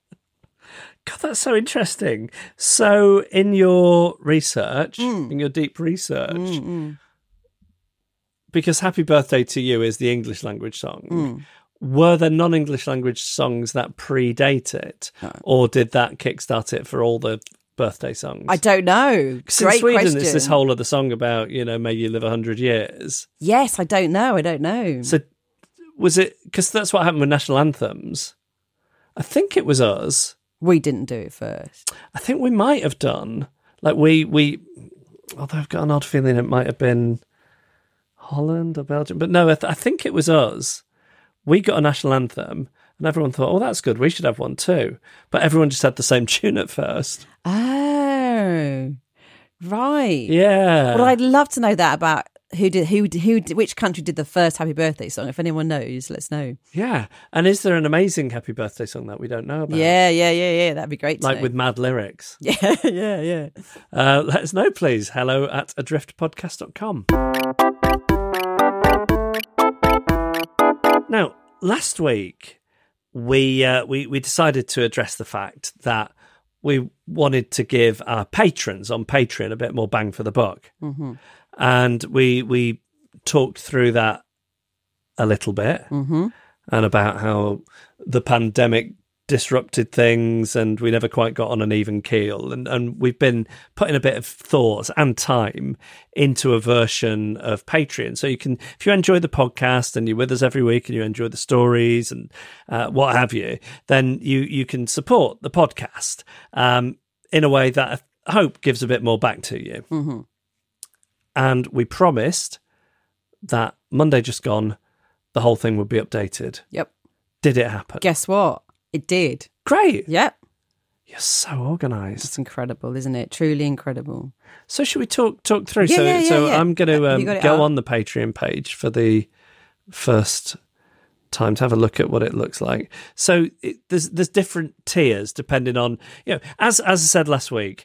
that's so interesting. So, in your research, Hmm. in your deep research, because Happy Birthday to You is the English language song, Hmm. were there non English language songs that predate it? Or did that kickstart it for all the birthday songs? I don't know. Because in Great Sweden, question. it's this whole other song about, you know, may you live 100 years. yes, I don't know. I don't know. So was it because that's what happened with national anthems? I think it was us. we didn't do it first. I think we might have done like we we. Although I've got an odd feeling it might have been Holland or Belgium, but no, I, th- I think it was us. We got a national anthem, and everyone thought, "Oh, that's good. We should have one too." But everyone just had the same tune at first. Oh, right. Yeah. Well, I'd love to know that about who did who did- who did- which country did the first Happy Birthday song. If anyone knows, let's know. yeah. And is there an amazing happy birthday song that we don't know about? Yeah, yeah, yeah, yeah. That'd be great. To Like know. with mad lyrics. yeah, yeah, yeah. Uh, let us know, please. Hello at adriftpodcast.com. Now, last week, we, uh, we, we decided to address the fact that we wanted to give our patrons on Patreon a bit more bang for the buck. And we, we talked through that a little bit and about how the pandemic disrupted things and we never quite got on an even keel and and we've been putting a bit of thought and time into a version of Patreon so you can if you enjoy the podcast and you're with us every week and you enjoy the stories and uh, what have you then you you can support the podcast um in a way that I hope gives a bit more back to you and we promised that Monday just gone the whole thing would be updated Yep. did it happen Guess what? It did. Great. Yep. You're so organised. It's incredible, isn't it? Truly incredible. So should we talk talk through? Yeah, so yeah, yeah, so yeah. I'm going Uh, to have um, you got go it up? on the Patreon page for the first time to have a look at what it looks like. So it, there's there's different tiers depending on you know as as I said last week.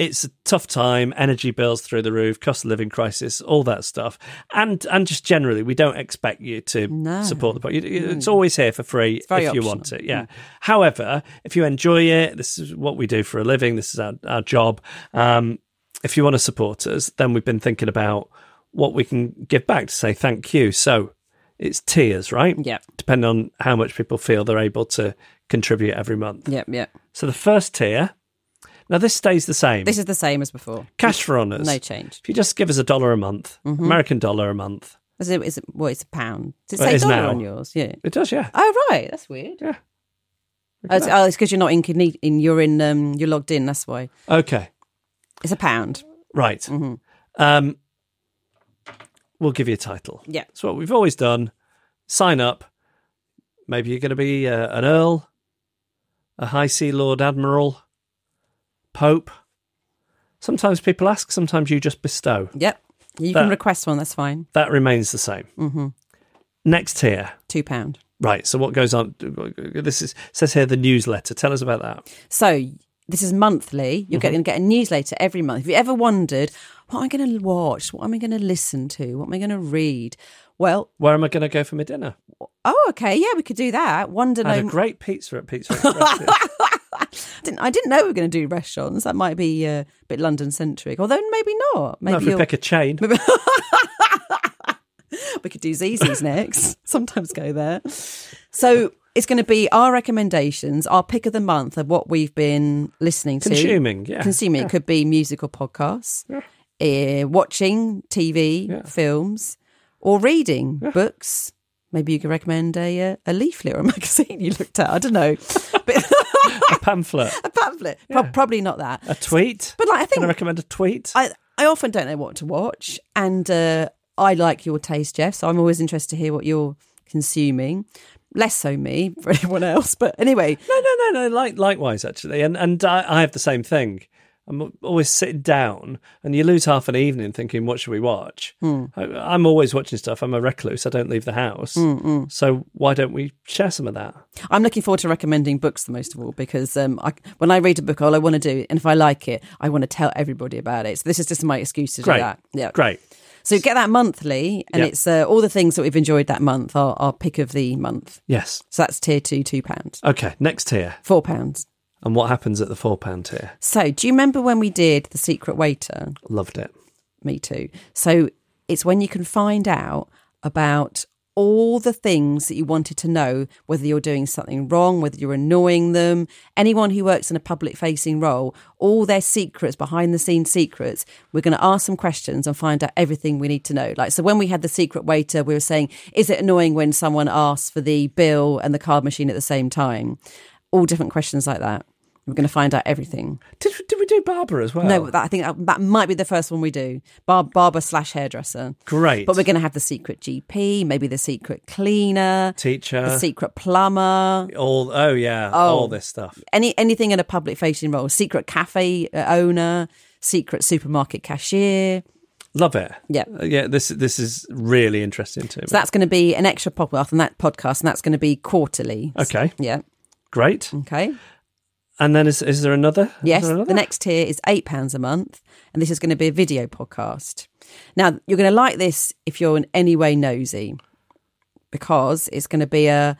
It's a tough time, energy bills through the roof, cost of living crisis, all that stuff, and and just generally, we don't expect you to No. Mm. support the podcast. It's always here for free very if you optional. want it. uh, Yeah. However, if you enjoy it, this is what we do for a living. This is our, our job. Um, if you want to support us, then we've been thinking about what we can give back to say thank you. So it's tiers, right? Yep. Depending on how much people feel they're able to contribute every month. Yep, yep. So the first tier. Now this stays the same. This is the same as before. cash for honors. No change. Mm-hmm. If you just give us a dollar a month, American dollar a month, Is it, is it, what, it's a pound. Does it Well, it say is dollar now. on yours? Yeah. it does, yeah. Oh, right. That's weird. Yeah. Oh, it's- oh, it's because you're not incogni- in. You're in. Um, you're logged in. That's why. Okay. It's a pound. Right. Mm-hmm. Um, we'll give you a title. Yeah. It's what we've always done. Sign up. Maybe you're going to be uh, an Earl, a High Sea Lord Admiral, Pope. Sometimes people ask, sometimes you just bestow. Yep. You That- can request one. That's fine. That remains the same. Mm-hmm. Next tier. Two pound. Right. So what goes on? This is says here the newsletter. Tell us about that. So this is monthly. You're Mm-hmm. going to get a newsletter every month. If you ever wondered what I'm going to watch, what am I going to listen to, what am I going to read, well, Where am I going to go for my dinner? oh, okay, yeah, we could do that. Wonder I had no. a great pizza at Pizza Express. the other- I didn't, I didn't know we were going to do restaurants. That might be uh, a bit London centric, although maybe not. Maybe no, if we you'll- pick a chain. we could do ZZ's next. Sometimes go there. So it's going to be our recommendations, our pick of the month of what we've been listening to, Consuming, yeah. consuming. It could be music or podcasts, eh, watching TV, films, or reading books. Maybe you could recommend a uh, a leaflet or a magazine you looked at. I don't know, but a pamphlet. a pamphlet. Pro- probably not that. A tweet? But, like, Can I I think- recommend a tweet? I I often don't know what to watch, and uh, I like your taste, Jeff. So I'm always interested to hear what you're consuming. Less so me for anyone else, but anyway, no, no, no, no. Like, likewise, actually, and and I, I have the same thing. I'm always sitting down, and you lose half an evening thinking, "What should we watch?" Hmm. I, I'm always watching stuff. I'm a recluse. I don't leave the house. Hmm, So why don't we share some of that? I'm looking forward to recommending books the most of all because um, I, when I read a book, all I want to do, and if I like it, I want to tell everybody about it. So this is just my excuse to Great, do that. Yeah, great. So get that monthly, and Yeah. it's uh, all the things that we've enjoyed that month. Our, our pick of the month. Yes. So that's tier two, two pounds, Okay. Next tier. four pounds. And what happens at the four pound tier? So, do you remember when we did The Secret Waiter? Loved it. Me too. So, it's when you can find out about all the things that you wanted to know whether you're doing something wrong, whether you're annoying them, anyone who works in a public facing role, all their secrets, behind the scenes secrets. We're going to ask some questions and find out everything we need to know. Like, so when we had the secret waiter, we were saying, is it annoying when someone asks for the bill and the card machine at the same time? All different questions like that. We're going to find out everything. Did, did we do Barbara as well? No, that, I think that, that might be the first one we do. Bar- barber slash hairdresser. Great. But we're going to have the secret GP, maybe the secret cleaner, Teacher. the secret plumber, all oh yeah, all this stuff. any anything in a public facing role, secret cafe uh, owner, secret supermarket cashier. Love it. Yeah. Uh, yeah. This this is really interesting to me. So that's going to be an extra podcast and that podcast, and that's going to be quarterly. Okay. Yeah. Great. Okay. And then is is there another? Is Yes, there the another? next tier is £8 a month, and this is going to be a video podcast. Now, you're going to like this if you're in any way nosy, because it's going to be a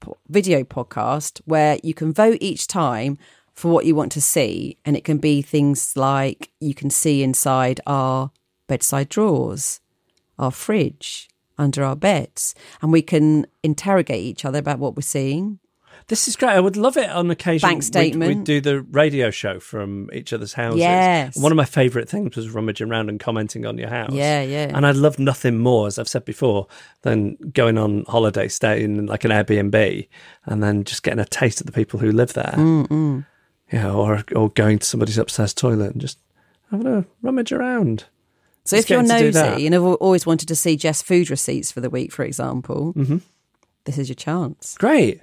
po- video podcast where you can vote each time for what you want to see, and it can be things like you can see inside our bedside drawers, our fridge, under our beds, and we can interrogate each other about what we're seeing. This is great. I would love it on occasion. Bank We'd- We'd, statement. do the radio show from each other's houses. Yes. One of my favourite things was rummaging around and commenting on your house. Yeah, yeah. And I love nothing more, as I've said before, than going on holiday, staying in like an Airbnb, and then just getting a taste of the people who live there. Yeah, or or going to somebody's upstairs toilet and just having a rummage around. So Just if you're getting to do that. nosy and have al- always wanted to see Jess food receipts for the week, for example, Mm-hmm. this is your chance. Great.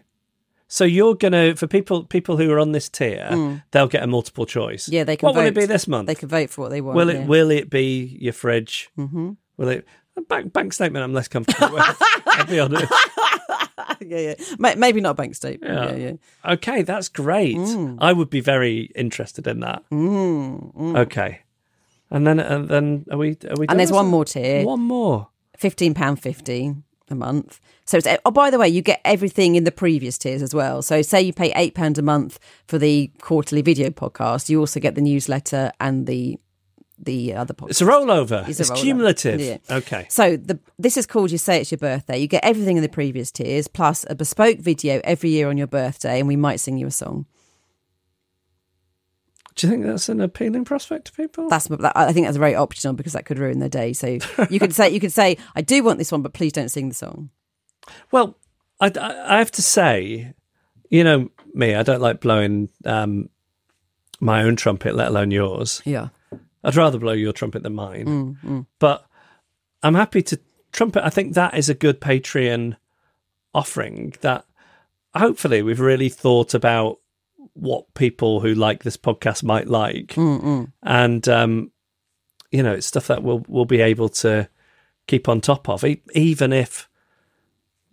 So you're gonna for people people who are on this tier, they'll get a multiple choice. Hmm. Yeah, they can. What vote. will it be this month? They can vote for what they want. Will it yeah. will it be your fridge? Mm-hmm. Will it a bank bank statement? I'm less comfortable with. I'll be honest. yeah, yeah. May- Maybe not a bank statement. Yeah, yeah. Um, Hmm. Okay, that's great. I would be very interested in that. Okay, and then and then are we are we? done, And there's is one it? more tier. One more. fifteen pound fifty a month. So it's oh, by the way, you get everything in the previous tiers as well. So say you pay eight pounds a month for the quarterly video podcast, you also get the newsletter and the the other podcast. It's a rollover. It's It's, a rollover. cumulative. Yeah. Okay. So the this is called You Say It's Your Birthday. You get everything in the previous tiers, plus a bespoke video every year on your birthday, and we might sing you a song. Do you think that's an appealing prospect to people? That's that, I think that's very optional because that could ruin their day. So you could say you could say I do want this one, but please don't sing the song. Well, I, I I have to say, you know me, I don't like blowing um, my own trumpet, let alone yours. Yeah, I'd rather blow your trumpet than mine. But I'm happy to trumpet. I think that is a good Patreon offering that hopefully we've really thought about what people who like this podcast might like. And, um, you know, it's stuff that we'll, we'll be able to keep on top of, e- even if,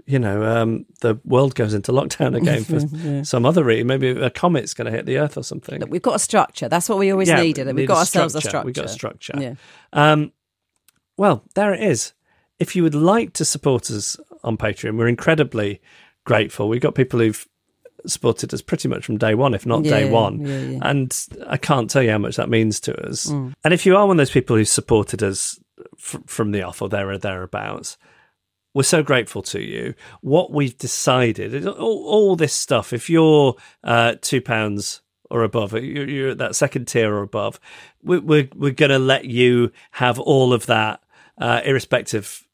you know, um, the world goes into lockdown again for some other reason. Maybe a comet's going to hit the earth or something Look, we've got a structure. That's what we always needed, and need we've got ourselves a structure. We've got a structure. Yeah. Um, well, there it is. If you would like to support us on Patreon, we're incredibly grateful. We've got people who've supported us pretty much from day one, if not day Yeah, one. yeah, yeah. Mm. And I can't tell you how much that means to us. And if you are one of those people who supported us fr- from the off or there or thereabouts, we're so grateful to you. What we've decided, is all, all this stuff, if you're uh, two pounds or above, you're, you're at that second tier or above, we, we're, we're going to let you have all of that, uh, irrespective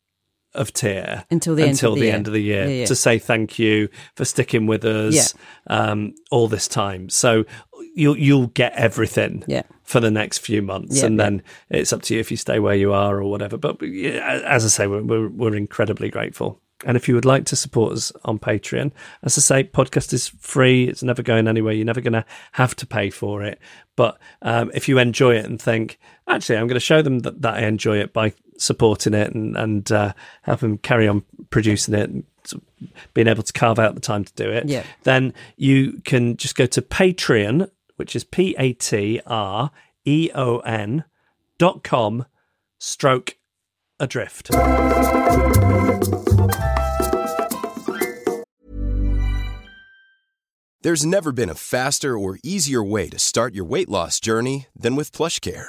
of tier Until the end of until the the year. end of the year Yeah, yeah. to say thank you for sticking with us um, all this time. So you'll you'll get everything Yeah. for the next few months, Yeah, and yeah. then it's up to you if you stay where you are or whatever. But yeah, as I say, we're, we're we're incredibly grateful. And if you would like to support us on Patreon, as I say, podcast is free. It's never going anywhere. You're never going to have to pay for it. But um, if you enjoy it and think, actually, I'm going to show them that, that I enjoy it by supporting it and and uh, help them carry on producing it and sort of being able to carve out the time to do it, Yeah. then you can just go to Patreon, which is P A T R E O N dot com stroke adrift. There's never been a faster or easier way to start your weight loss journey than with PlushCare.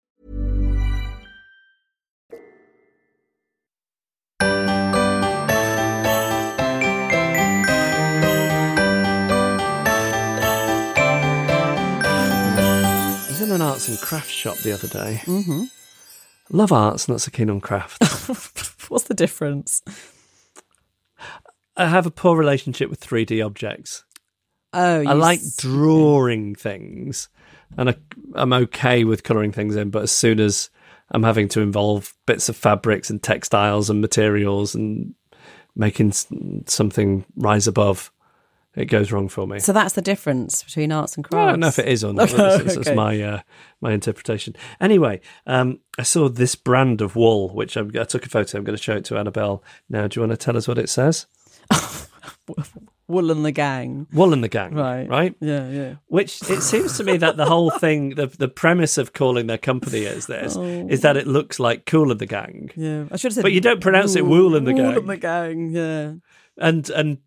I was in an arts and crafts shop the other day. Mm-hmm. Love arts, not so keen on crafts. What's the difference? I have a poor relationship with 3D objects. Oh, I you like s- drawing things, and I, I'm okay with colouring things in. But as soon as I'm having to involve bits of fabrics and textiles and materials and making s- something rise above, it goes wrong for me. So that's the difference between arts and crafts. I don't know if it is or not. Okay, That's, that's- that's okay. my uh, my interpretation. Anyway, um, I saw this brand of wool, which I'm, I took a photo. I'm going to show it to Annabelle now. Do you want to tell us what it says? Wool and the gang. Wool and the Gang, Right. Right. Yeah, yeah. Which it seems to me that the whole thing, the the premise of calling their company as this, Oh. is that it looks like Cool and the Gang, Yeah. I should have said But you don't pronounce it wool in the gang. Wool in the gang, yeah. and and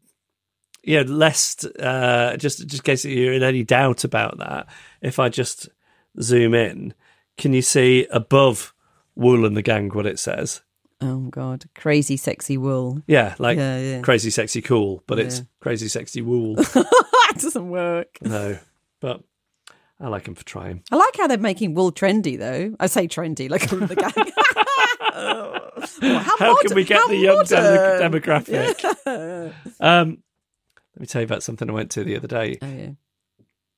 yeah, lest uh, just just in case you're in any doubt about that, if I just zoom in, can you see above Wool and the Gang what it says? Oh god. Crazy sexy wool. Yeah, like Yeah, yeah. crazy sexy cool, but it's Yeah. crazy sexy wool. that doesn't work. no, but I like him for trying. I like how they're making wool trendy, though. I say trendy, like all of the gang. Well, how How can modern- we get how the young demo- modern. demographic? Um, let me tell you about something I went to the other day. Oh, yeah.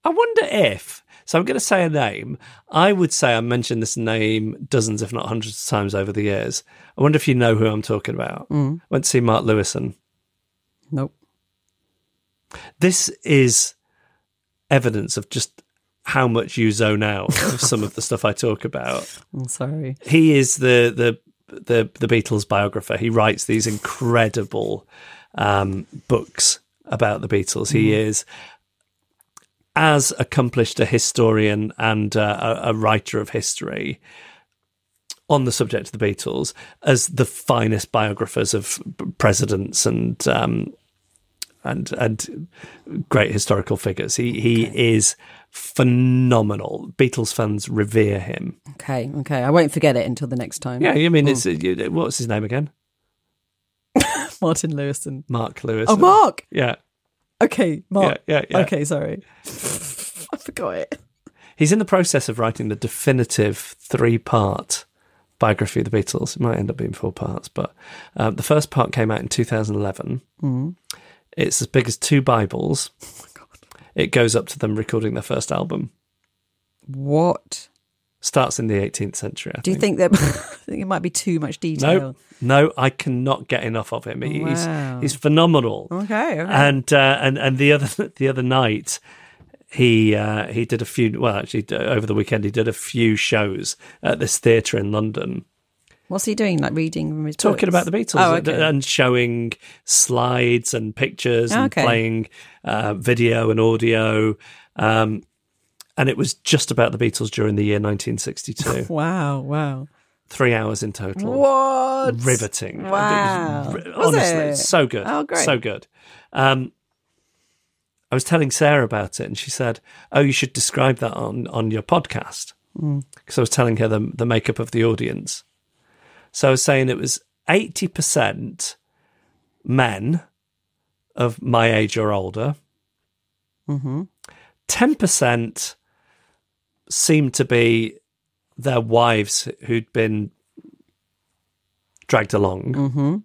I wonder if. So I'm going to say a name. I would say I mentioned this name dozens, if not hundreds of times over the years. I wonder if you know who I'm talking about. Mm. Went to see Mark Lewison. Nope. This is evidence of just how much you zone out of some of the stuff I talk about. I'm sorry. he is the the the the Beatles biographer. He writes these incredible um, books about the Beatles. He is as accomplished a historian and uh, a, a writer of history on the subject of the Beatles as the finest biographers of b- presidents and um, and and great historical figures. He he is phenomenal. Beatles fans revere him. Okay, okay. I won't forget it until the next time. Yeah, I mean, it's uh, you- what's his name again? Martin Lewison. Mark Lewis. Oh, Mark. Yeah, Okay, Mark. Yeah, yeah, yeah. Okay, sorry. I forgot it. he's in the process of writing the definitive three-part biography of the Beatles. It might end up being four parts, but um, the first part came out in 2011. Hmm. It's as big as two Bibles. Oh It goes up to them recording their first album. What? Starts in the 18th century. I Do you think. think that I think it might be too much detail? No, no, I cannot get enough of him. He- Wow. He's he's phenomenal. Okay, okay. And uh, and and the other the other night, he uh, he did a few. Well, actually, uh, over the weekend, he did a few shows at this theatre in London, What's he doing? Like reading from his talking books? about the Beatles Uh, Oh, and- okay. and showing slides and pictures and Oh, Okay. playing uh, video and audio. Um, and it was just about the Beatles during the year 1962. wow, wow. Three hours in total What? riveting. And it was Wow. ri- Was honestly, it? it's so good. Oh, great. So good. Um, I was telling Sarah about it, and she said, "Oh, you should describe that on on your podcast." Mm. Because I was telling her the the makeup of the audience. So I was saying it was eighty percent men of my age or older. Mm-hmm. 10 percent seemed to be their wives who'd been dragged along, Mm.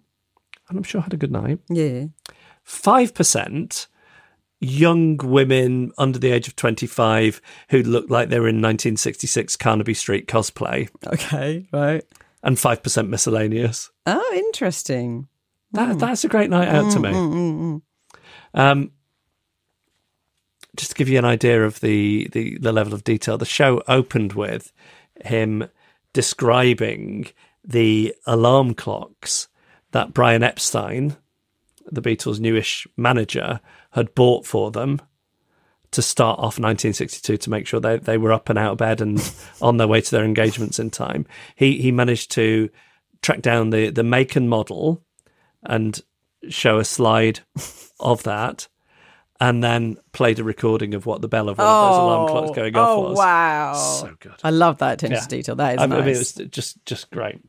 and I'm sure had a good night. Yeah. Five percent young women under the age of 25 who looked like they were in 1966 Carnaby Street cosplay, Okay, right. and five percent miscellaneous. Oh, interesting. That that's a great night out to me. Um, just to give you an idea of the, the the level of detail, the show opened with him describing the alarm clocks that Brian Epstein, the Beatles' newish manager, had bought for them to start off 1962 to make sure they, they were up and out of bed and on their way to their engagements in time. He he managed to track down the, the make and model and show a slide of that and then played a recording of what the bell of one of those alarm clocks going off oh was. wow! So good. I love that attention Yeah. to detail. That is I, nice. mean, it was just just great.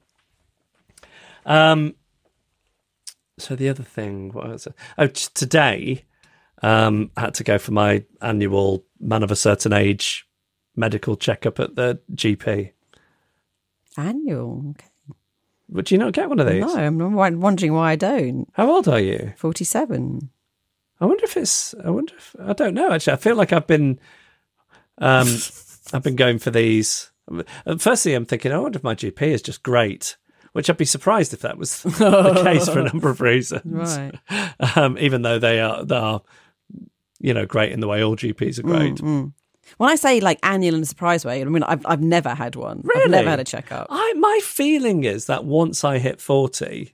Um, so the other thing, what was it? Oh, t- today, um, I had to go for my annual man of a certain age medical checkup at the GP. Annual. Okay. Would you not get one of these? No, I'm w- wondering why I don't. How old are you? Forty-seven. I wonder if it's. I wonder if I don't know. Actually, I feel like I've been, um, I've been going for these. And Firstly, I'm thinking, I wonder if my GP is just great, which I'd be surprised if that was the case for a number of reasons. Right. Um, even though they are, they are, you know, great in the way all GPs are Mm, great. When I say like annual in a surprise way, I mean I've I've never had one. I've Really? never had a checkup. I my feeling is that once I hit forty,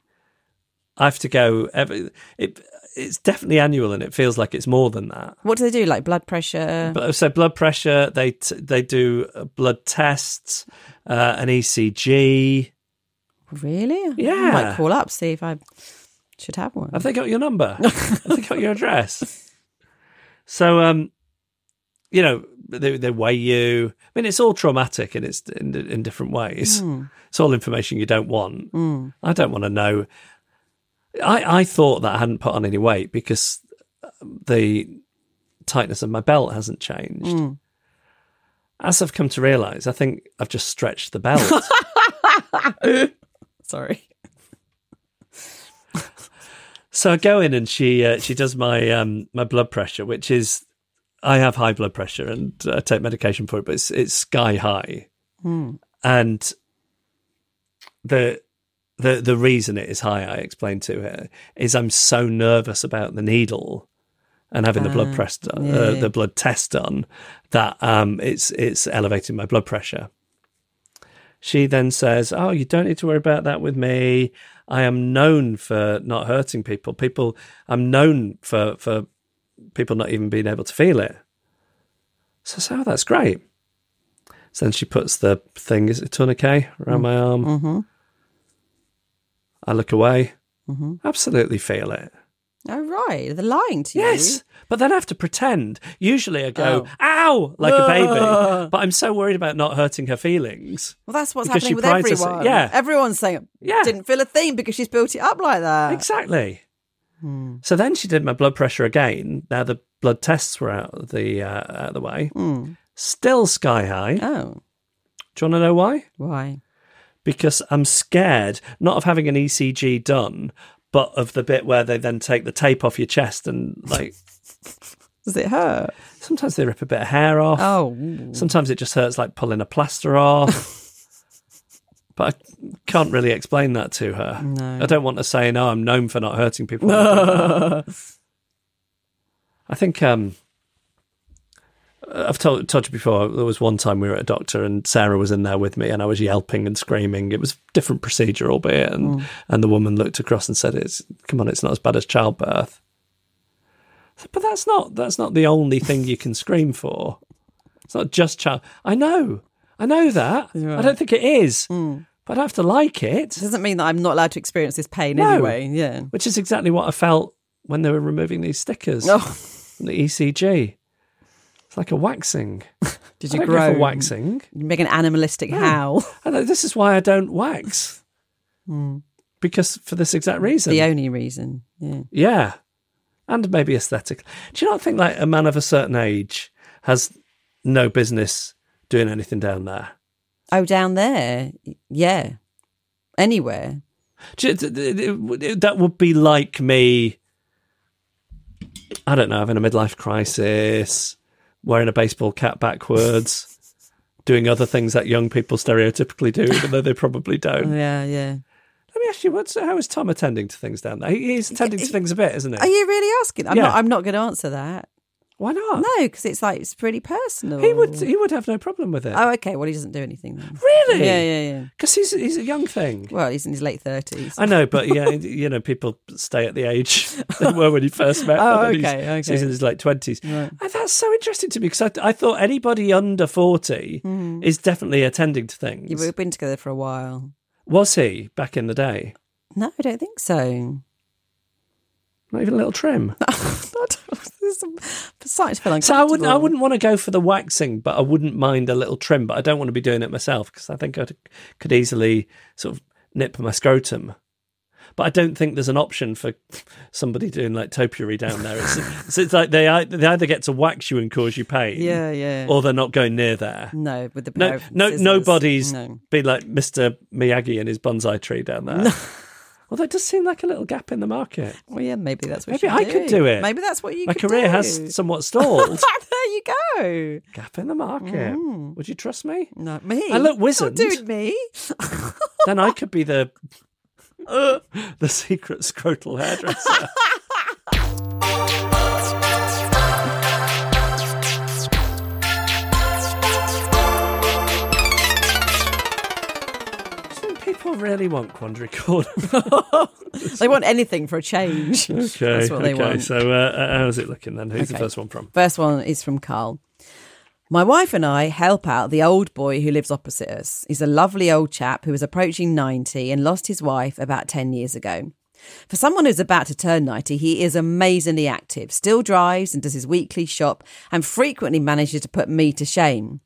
I have to go. Every, it, it's definitely annual, and it feels like it's more than that. What do they do? Like blood pressure? But so blood pressure, they t- they do uh, blood tests, uh, an ECG. really? Yeah. I might call up see if I should have one. Have they got your number? Have they got your address? So, um, you know, they they weigh you. I mean, it's all traumatic in its in, in different ways. It's all information you don't want. I don't want to know. I I thought that I hadn't put on any weight because the tightness of my belt hasn't changed. As I've come to realise, I think I've just stretched the belt. Sorry. So I go in and she uh, she does my um, my blood pressure, which is I have high blood pressure and I take medication for it, but it's it's sky high, and the the the reason it is high, I explained to her, is I'm so nervous about the needle and having the blood press done, uh, the blood test done that um, it's it's elevating my blood pressure. She then says, "Oh, you don't need to worry about that with me. I am known for not hurting people. People, I'm known for for people not even being able to feel it." So I said, "Oh, that's great." So then she puts the thing, is it a tourniquet around my arm? I look away, absolutely feel it. Oh right, they're lying to you. Yes, but then I have to pretend. Usually I go, ow, like a baby. But I'm so worried about not hurting her feelings. Well, that's what's Because she happening with prides herself- everyone. yeah. Everyone's saying, Yeah. didn't feel a thing because she's built it up like that. Exactly. So then she did my blood pressure again. Now the blood tests were out of the, uh, out of the way. Still sky high. Oh, Do you want to know why? why? Because I'm scared, not of having an ECG done, but of the bit where they then take the tape off your chest and like Does it hurt? sometimes they rip a bit of hair off. Oh, ooh. Sometimes it just hurts like pulling a plaster off. but I can't really explain that to her. I don't want her saying, "Oh, I'm known for not hurting people." when I do that. I think um, I've told told you before. There was one time we were at a doctor, and Sarah was in there with me, and I was yelping and screaming. It was a different procedure, albeit, and and the woman looked across and said, "It's come on, it's not as bad as childbirth." I said, But that's not that's not the only thing you can scream for. It's not just child. I know. I know that. I don't think it is. But I have to like it, doesn't mean that I'm not allowed to experience this pain No. anyway. Yeah. which is exactly what I felt when they were removing these stickers Oh, from the ECG. E It's like a waxing. did I you don't go grow? for waxing. You make an animalistic howl. I know, this is why I don't wax. Because for this exact reason. Hmm. the only reason. Yeah. Yeah. And maybe aesthetic. Do you not think like a man of a certain age has no business doing anything down there? Oh, down there. Yeah. Anywhere. Ju- th- th- th- that would be like me i don't know having a midlife crisis wearing a baseball cap backwards doing other things that young people stereotypically do even though they probably don't Yeah, yeah. let me ask you what's how is tom attending to things down there He- he's attending to things a bit isn't Are he you really asking? I'm Yeah. not. I'm not going to answer that. Why not? No, because it's like it's pretty personal. He would he would have no problem with it. Oh, okay. Well, he doesn't do anything then. Really? Yeah, yeah, yeah. Because he's he's a young thing. Well, he's in his late thirties. I know, but yeah, you know, people stay at the age they were when he first met. Oh, them, and he's- okay, so He's okay. in his like twenties. Oh, That's so interesting to me because I, I thought anybody under 40 Mm-hmm. is definitely attending to things. We've been together for a while. Was he back in the day? No, I don't think so. Not even a little trim. I don't- this is- I'm starting to feel So I wouldn't. I uncomfortable. wouldn't want to go for the waxing, but I wouldn't mind a little trim. But I don't want to be doing it myself because I think I could easily sort of nip my scrotum. But I don't think there's an option for somebody doing like topiary down there. It's, so it's like they ei- they either get to wax you and cause you pain, Yeah, yeah. or they're not going near there. No, with the pair No, of no, scissors. nobody's No. be like Mr. Miyagi and his bonsai tree down there. Although it does seem like a little gap in the market. Well, yeah, maybe that's what. Maybe you I could do it. Maybe that's what you. My could career do. has somewhat stalled. there you go. gap in the market. Mm. Would you trust me? No, me. I look You're wizened. doing me. then I could be the the secret scrotal hairdresser. Do People really want Quandary Corner. they want anything for a change. okay, that's what they okay. want. So uh, how's it looking then? Who's the Okay. first one from? First one is from Carl. My wife and I help out the old boy who lives opposite us. He's a lovely old chap who is approaching 90 and lost his wife about 10 years ago. For someone who's about to turn 90, he is amazingly active, still drives and does his weekly shop, and frequently manages to put me to shame.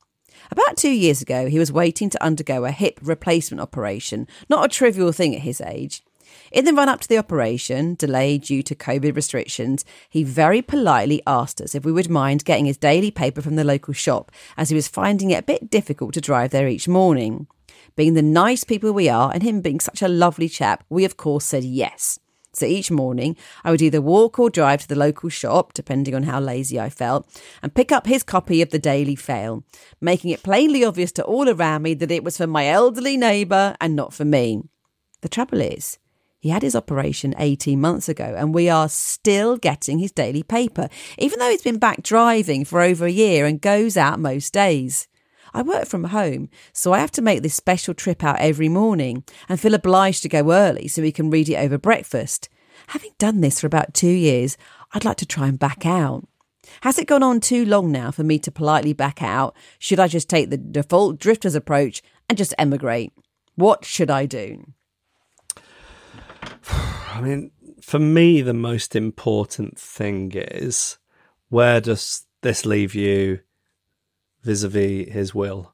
About two years ago, he was waiting to undergo a hip replacement operation, not a trivial thing at his age. In the run up to the operation, delayed due to COVID restrictions, he very politely asked us if we would mind getting his daily paper from the local shop, as he was finding it a bit difficult to drive there each morning. Being the nice people we are, and him being such a lovely chap, we of course said yes. So each morning, I would either walk or drive to the local shop, depending on how lazy I felt, and pick up his copy of the Daily Fail, making it plainly obvious to all around me that it was for my elderly neighbour and not for me. The trouble is, he had his operation 18 months ago, and we are still getting his daily paper, even though he's been back driving for over a year and goes out most days. I work from home, so I have to make this special trip out every morning and feel obliged to go early so we can read it over breakfast. Having done this for about two years, I'd like to try and back out. Has it gone on too long now for me to politely back out? Should I just take the default drifter's approach and just emigrate? What should I do? I mean, for me, the most important thing is where does this leave you vis a vis his will?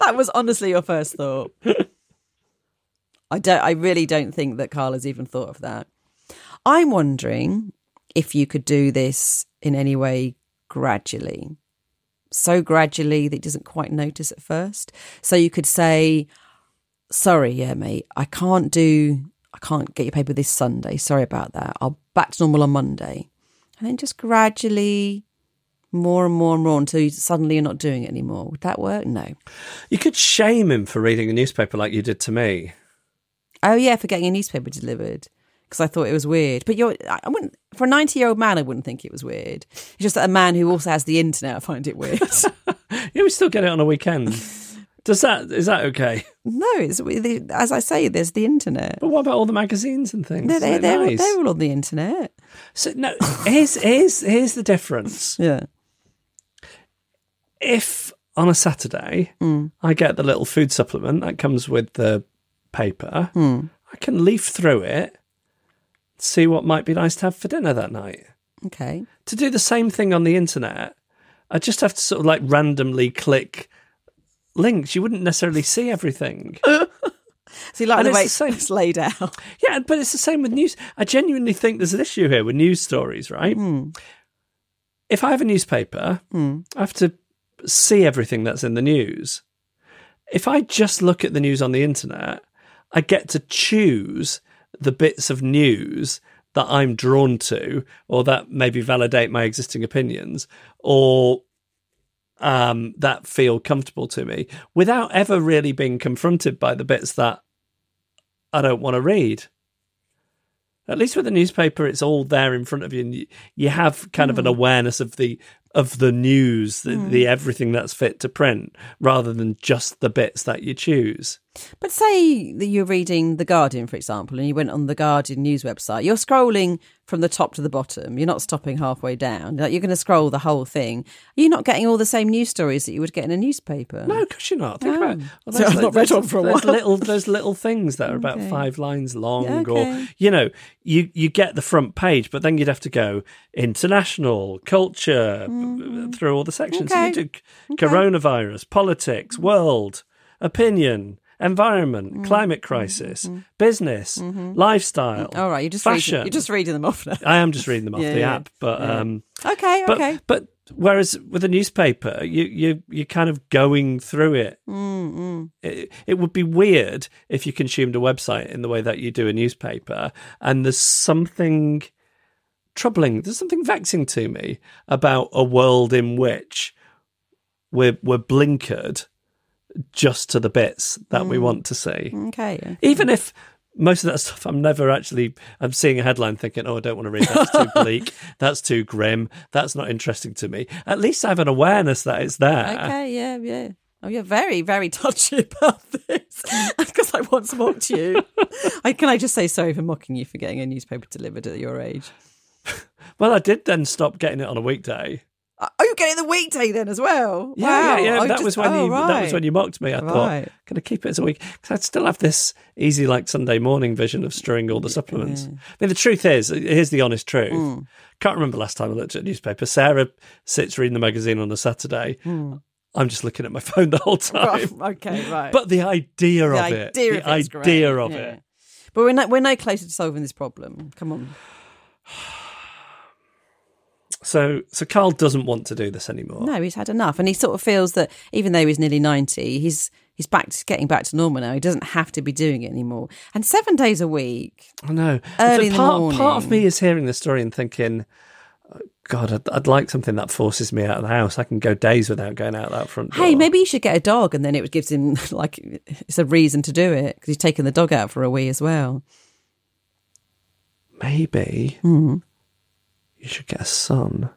That was honestly your first thought. I don't. I really don't think that Carl has even thought of that. I'm wondering if you could do this in any way gradually, so gradually that he doesn't quite notice at first. So you could say, "Sorry, yeah, mate, I can't do. I can't get your paper this Sunday. Sorry about that. I'll back to normal on Monday." And then just gradually, more and more and more until you, suddenly you're not doing it anymore. Would that work? No. You could shame him for reading a newspaper like you did to me. Oh yeah, for getting a newspaper delivered because I thought it was weird. But you're, I I wouldn't for a ninety-year-old man, I wouldn't think it was weird. It's just that a man who also has the internet, I find it weird. Yeah, we still get it on a weekend. Does that is that okay? no, it's we- the- as I say, there's the internet. But what about all the magazines and things? They're, they're, Isn't that they're, all- nice? they're all on the internet. So no, here's here's here's the difference. Yeah. If on a Saturday I get the little food supplement that comes with the paper, I can leaf through it, see what might be nice to have for dinner that night. Okay. To do the same thing on the internet, I just have to sort of like randomly click links. You wouldn't necessarily see everything. So you like And the it's way the it's, same- it's laid out. Yeah, but it's the same with news. I genuinely think there's an issue here with news stories, right? If I have a newspaper, I have to see everything that's in the news. If I just look at the news on the internet, I get to choose the bits of news that I'm drawn to or that maybe validate my existing opinions or um, that feel comfortable to me without ever really being confronted by the bits that I don't want to read. At least with the newspaper, it's all there in front of you, and you, you have kind of an awareness of the of the news, the, the everything that's fit to print, rather than just the bits that you choose. But say that you're reading The Guardian, for example, and you went on the Guardian news website. You're scrolling from the top to the bottom. You're not stopping halfway down. Like you're going to scroll the whole thing. You're not getting all the same news stories that you would get in a newspaper. No, of course you're not. Think about it. Well, So those I've li- not read those- on for a those while. Little, those little things that are about five lines long, or okay. you know, you you get the front page, but then you'd have to go international, culture, b- b- through all the sections. So you Mm. Okay. Mm. do c- coronavirus, politics, world, opinion. Environment, climate crisis, business, lifestyle. Mm-hmm. All right, you're just fashion. reading, you're just reading them off now. I am just reading them off Yeah, the yeah, app, but um, Okay, but okay. but whereas with a newspaper, you you you're kind of going through it. It, it would be weird if you consumed a website in the way that you do a newspaper, and there's something troubling, there's something vexing to me about a world in which we're we're blinkered just to the bits that we want to see Okay. even if most of that stuff I'm never actually I'm seeing a headline thinking, oh, I don't want to read that. That's too bleak. That's too grim. That's not interesting to me. At least I have an awareness that it's there. Okay, yeah, yeah. Oh, you're very, very touchy about this because I once mocked you. I, can I just say sorry for mocking you for getting a newspaper delivered at your age? Well, I did then stop getting it on a weekday. Oh, you get it the weekday then as well. wow. yeah, yeah. I That just- was when oh, you that was right. when you mocked me. I Right. thought, can I keep it as a week? Because I'd still have this easy like Sunday morning vision of strewing all the supplements. I mean, the truth is, here's the honest truth. Hmm. Can't remember last time I looked at a newspaper. Sarah sits reading the magazine on a Saturday. I'm just looking at my phone the whole time. Hmm. Right, Okay, right. But the idea the of it, idea the of it's great. idea of Yeah. it. But we're no, we're no closer to solving this problem. Come on. So, so Carl doesn't want to do this anymore. No, he's had enough, and he sort of feels that even though he's nearly ninety, he's he's back to getting back to normal now. He doesn't have to be doing it anymore. And seven days a week. I know. Early in so the part, part of morning. me is hearing this story and thinking, "Oh, God, I'd, I'd like something that forces me out of the house. I can go days without going out that front door. Hey, maybe you should get a dog, and then it gives him like it's a reason to do it because he's taken the dog out for a wee as well. maybe Hmm. you should get a son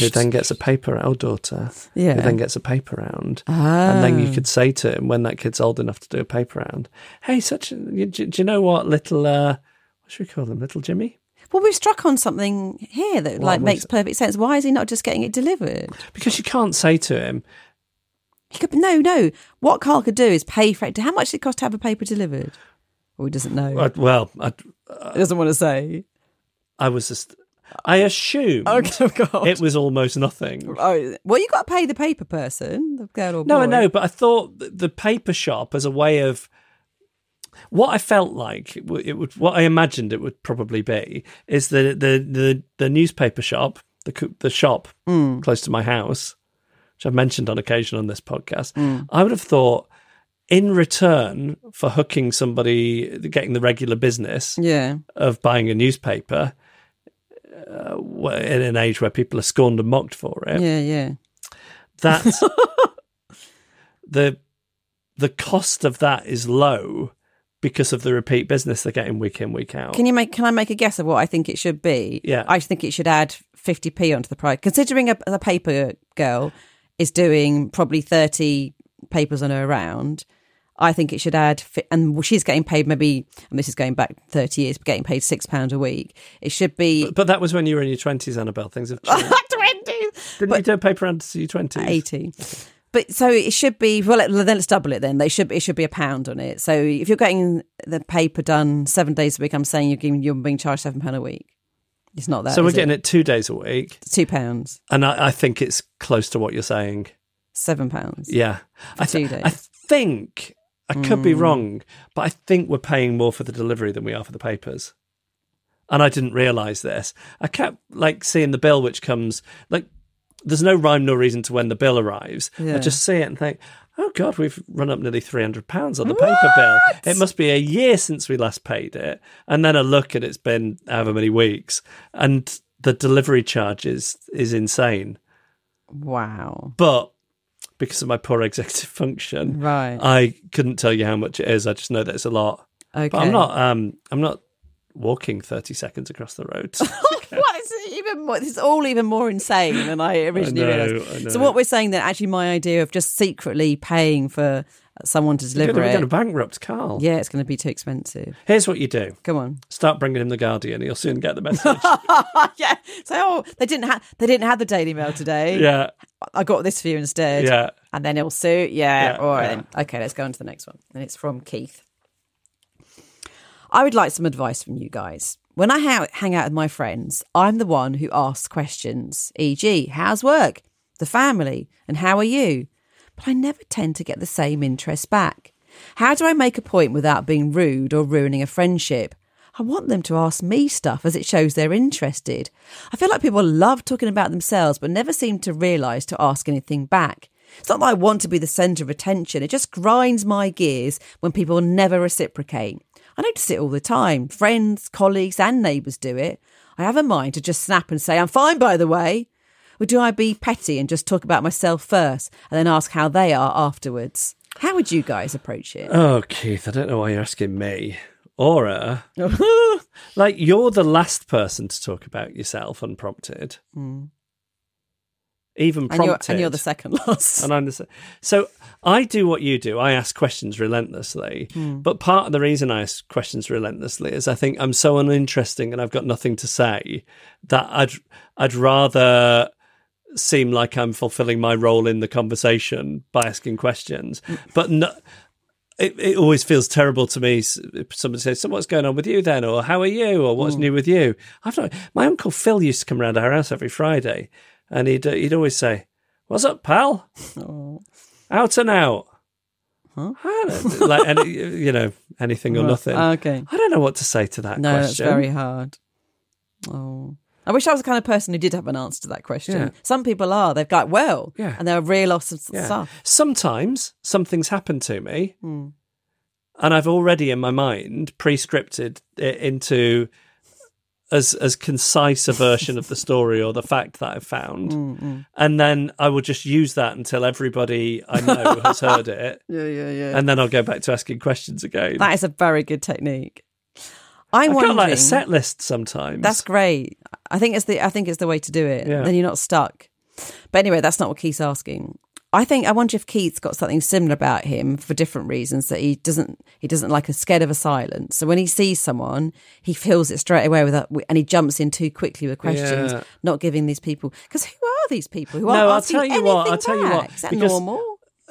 who then gets a paper round, or daughter who Yeah. Ah. then gets a paper round, and then you could say to him when that kid's old enough to do a paper round, "Hey, such a, you, do, do you know what little uh, what should we call him, little Jimmy?" Well, we've struck on something here that What like was makes it? perfect sense. Why is he not just getting it delivered? Because you can't say to him, He could no, no. What Carl could do is pay for it. How much does it cost to have a paper delivered? Or he doesn't know. "Well, I'd- "Well, I, he doesn't want to say. I was just." I assumed Okay, Oh, God. it was almost nothing. Oh, well, you got to pay the paper person, the girl or boy. No, I know, but I thought th- the paper shop as a way of what I felt like it w- it would, what I imagined it would probably be, is the the the, the newspaper shop, the co- the shop close to my house, which I've mentioned on occasion on this podcast. I would have thought, in return for hooking somebody, getting the regular business Yeah, of buying a newspaper. Uh, w- in an age where people are scorned and mocked for it, yeah, yeah. that the the cost of that is low because of the repeat business they're getting week in week out. Can you make? Can I make a guess of what I think it should be? Yeah. I think it should add fifty p onto the price, considering a, a paper girl is doing probably thirty papers on her round. I think it should add, fi- and she's getting paid maybe, and this is going back thirty years, but getting paid six pounds a week. It should be but that was when you were in your twenties, Annabelle. Things have changed. twenty. Didn't you do a paper round to your twenties? 80 but so it should be well let- then let's double it then they should it should be a pound on it so if you're getting the paper done seven days a week i'm saying you're giving you're being charged seven pound a week it's not that So we're is getting it? it two days a week, It's two pounds and I, I think it's close to what you're saying. seven pounds Yeah, I, two days. Mm. I think I could be wrong, but I think we're paying more for the delivery than we are for the papers. And I didn't realise this. I kept like seeing the bill, which comes like there's no rhyme nor reason to when the bill arrives. I Yeah. just see it and think, oh god, we've run up nearly three hundred pounds on the paper bill. It must be a year since we last paid it. And then I look and it's been however many weeks, and the delivery charge is is insane. wow But because of my poor executive function, Right. I couldn't tell you how much it is. I just know that it's a lot. okay But I'm not. Um, I'm not walking 30 seconds across the road. What is it even more? This is all even more insane than I originally know, I know. realised. So what we're saying then, actually, my idea of just secretly paying for someone to You're deliver going to it, bankrupt Carl. yeah, it's going to be too expensive. Here's what you do. Come on, Start bringing him the Guardian. He'll soon get the message. yeah. So oh, they didn't have they didn't have the Daily Mail today. yeah, I got this for you instead. yeah. And then it'll suit. Yeah. Yeah, All right. yeah. Then. Okay, let's go on to the next one. And it's from Keith. I would like some advice from you guys. When I ha- hang out with my friends, I'm the one who asks questions, e.g., how's work, the family, and how are you? But I never tend to get the same interest back. How do I make a point without being rude or ruining a friendship? I want them to ask me stuff as it shows they're interested. I feel like people love talking about themselves but never seem to realise to ask anything back. It's not that I want to be the centre of attention, it just grinds my gears when people never reciprocate. I notice it all the time. Friends, colleagues, and neighbours do it. I have a mind to just snap and say, I'm fine, by the way. Or do I be petty and just talk about myself first and then ask how they are afterwards? How would you guys approach it? Oh, Keith, I don't know why you're asking me. Aura, like you're the last person to talk about yourself unprompted. Even Mm. and, you're, prompted. and you're the second last. And I'm the same. So I do what you do. I ask questions relentlessly. But part of the reason I ask questions relentlessly is I think I'm so uninteresting and I've got nothing to say that I'd I'd rather seem like I'm fulfilling my role in the conversation by asking questions. But no, it, it always feels terrible to me. s- If somebody says, "So what's going on with you then?" or "How are you?" or "What's new with you?" I've not. My uncle Phil used to come round our house every Friday, and he'd uh, he'd always say, "What's up, pal? Oh. Out and out." I don't- like any, you know anything or nothing. Okay. I don't know what to say to that No, that's question. very hard. Oh. I wish I was the kind of person who did have an answer to that question. Yeah. Some people are. They've got, well, Yeah. and they're real off some Yeah. stuff. Sometimes something's happened to me, Hmm. and I've already in my mind pre-scripted it into as as concise a version of the story or the fact that I've found, Hmm, and then I will just use that until everybody I know has heard it, Yeah, yeah, yeah. and then I'll go back to asking questions again. That is a very good technique. I'm I've wondering. got like a set list sometimes. That's great. I think it's the I think it's the way to do it. Yeah. Then you're not stuck. But anyway, that's not what Keith's asking. I think I wonder if Keith's got something similar about him for different reasons that he doesn't he doesn't like a scared of a silence. So when he sees someone, he feels it straight away with that, and he jumps in too quickly with questions, Yeah. not giving these people because who are these people who No, aren't I'll asking tell you what, anything I'll tell you what, back? Is that because- normal?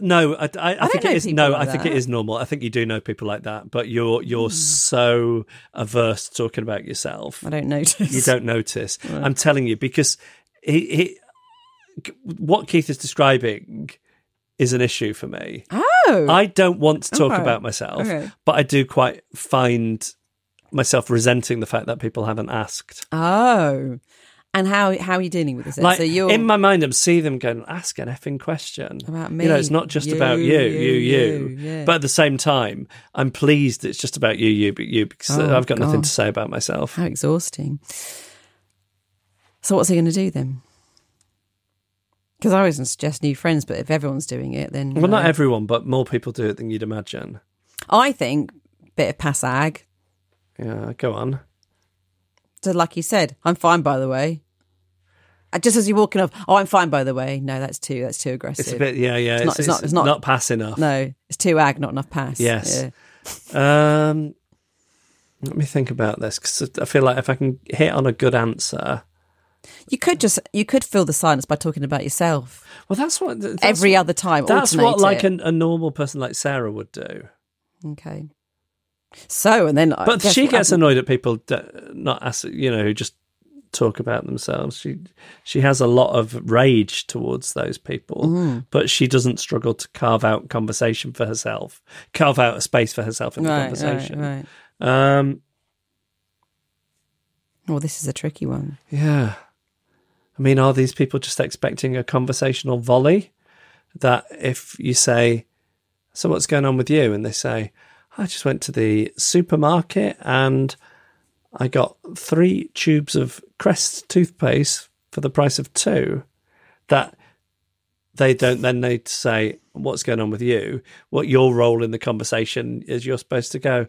No, I, I, I, don't think know it is. people No, like I think that. Hmm. it is normal. I think you do know people like that, but you're you're so averse to talking about yourself, I don't notice. you don't notice. I'm telling you because he, he, what Keith is describing is an issue for me. Oh, I don't want to talk Okay. about myself, Okay. but I do quite find myself resenting the fact that people haven't asked. oh. And how how are you dealing with this? then? Like so you're in my mind, I'm seeing them going, ask an effing question About You know, me. it's not just You, about you, you, you, you. you, yeah. But at the same time, I'm pleased it's just about you, you, but you, because Oh, I've got nothing God. to say about myself. How exhausting. So what's he going to do then? Because I always suggest new friends, but if everyone's doing it, then Well, not no. everyone, but more people do it than you'd imagine. I think bit of passag. Yeah, go on. So, like you said, I'm fine by the way. Uh, Just as you're walking off, oh, I'm fine by the way. No, that's too that's too aggressive. It's a bit, yeah, yeah. It's, it's, not- it's not- not, it's not- pass enough. no, it's too ag, not enough pass. Yes. Yeah. Um, let me think about this because I feel like if I can hit on a good answer, you could just you could fill the silence by talking about yourself well, that's what that's every what- other time. That's what alternate like it. an, a normal person like Sarah would do, okay. So and then, I but guess she what gets happened- annoyed at people that- not ask, you know, who just talk about themselves. She she has a lot of rage towards those people, Mm. but she doesn't struggle to carve out conversation for herself, carve out a space for herself in the Right, conversation. Right, right. Um, Well, this is a tricky one. Yeah. I mean, are these people just expecting a conversational volley? That if you say, So what's going on with you? And they say, I just went to the supermarket and I got three tubes of Crest toothpaste for the price of two. That they don't then they say, What's going on with you? What your role in the conversation is you're supposed to go,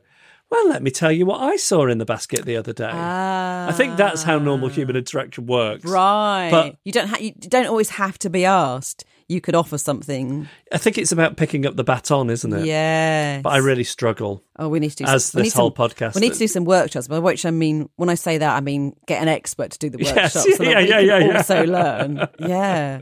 well, let me tell you what I saw in the basket the other day. I think that's how normal human interaction works. Right. But- you don't ha- you don't always have to be asked. You could offer something. I think it's about picking up the baton, isn't it? Yes. But I really struggle. Oh, we need to do As some, we this need whole some- podcast We need is. to do some workshops. By which I mean, when I say that, I mean get an expert to do the Yes, workshops. so yeah, that we yeah, can yeah, yeah. Also learn. Yeah.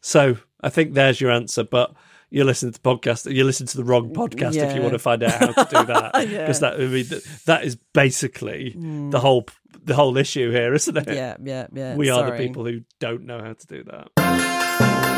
So I think there's your answer. But you listen to the podcast. You listen to the wrong podcast if you Yeah. want to find out how to do that. Because that I mean, th- that is basically the whole the whole issue here, isn't it? Hmm. Yeah. Yeah. Yeah. We are the Sorry. people who don't know how to do that.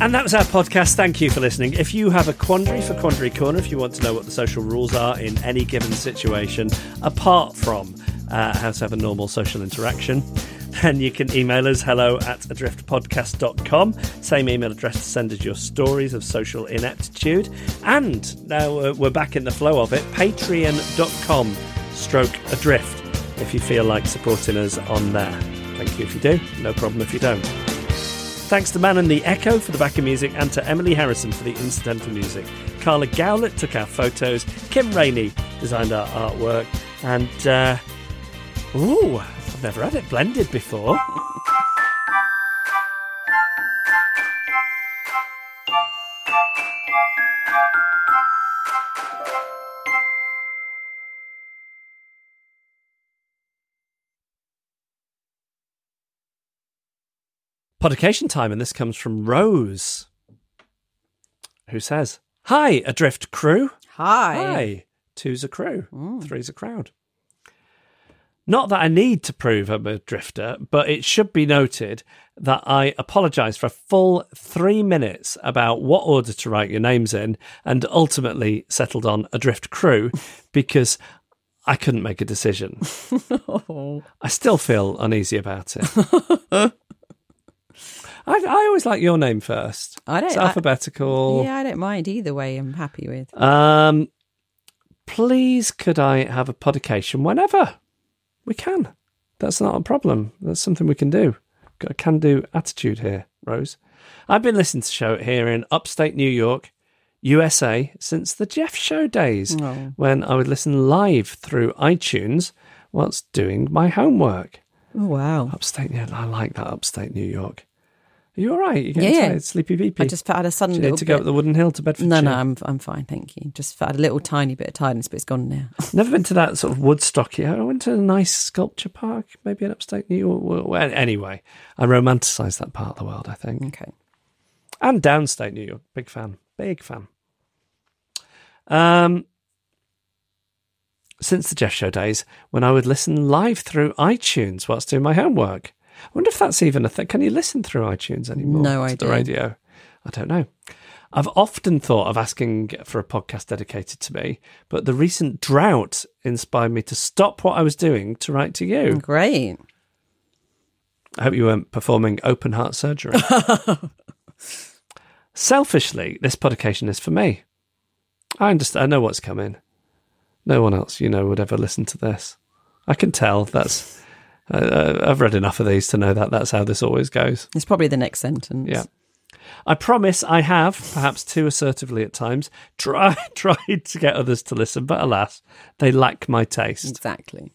And that was our podcast. Thank you for listening. If you have a quandary for Quandary Corner, if you want to know what the social rules are in any given situation, apart from uh, how to have a normal social interaction, then you can email us hello at adriftpodcast.com. Same email address to send us your stories of social ineptitude. And now uh, we're back in the flow of it patreon.com stroke adrift if you feel like supporting us on there. Thank you if you do. No problem if you don't. Thanks to Man and the Echo for the backing music and to Emily Harrison for the incidental music. Carla Gowlett took our photos. Kim Rainey designed our artwork. And, uh, ooh, I've never had it blended before. Podication time, and this comes from Rose, who says, Hi, Adrift crew. Hi. Mm. Hi. Two's a crew, three's a crowd. Not that I need to prove I'm a drifter, but it should be noted that I apologise for a full three minutes about what order to write your names in and ultimately settled on a drift crew because I couldn't make a decision. I still feel uneasy about it. I, I always like your name first. I don't- It's I- alphabetical. Yeah, I don't mind either way. I'm happy with. Um, please, could I have a podication whenever we can? That's not a problem. That's something we can do. Got a can-do attitude here, Rose. I've been listening to show here in upstate New York, USA, since the Jeff Show days, Oh. when I would listen live through iTunes whilst doing my homework. Oh, wow. Upstate, yeah, I like that upstate New York. Are you all right? You Yeah, getting yeah. tired? Sleepy beepy. I just had a Do sudden you little need to go bit- up the wooden hill to Bedfordshire? No, no, I'm I'm fine, thank you. Just had a little tiny bit of tiredness, but it's gone now. Never been to that sort of Woodstock yet. I went to a nice sculpture park, maybe in upstate New York. Well, well, Anyway, I romanticise that part of the world, I think. Okay. And downstate New York. Big fan. Big fan. Um, since the Jeff Show days, when I would listen live through iTunes whilst doing my homework. I wonder if that's even a thing. Can you listen through iTunes anymore? No to The idea. radio? I don't know. I've often thought of asking for a podcast dedicated to me, but the recent drought inspired me to stop what I was doing to write to you. Great. I hope you weren't performing open heart surgery. Selfishly, this podication is for me. I understand. I know what's coming. No one else, you know, would ever listen to this. I can tell. That's. I- I I've read enough of these to know that that's how this always goes. It's probably the next sentence. Yeah. I promise I have, perhaps too assertively at times, tried tried to get others to listen, but alas, they lack my taste. Exactly.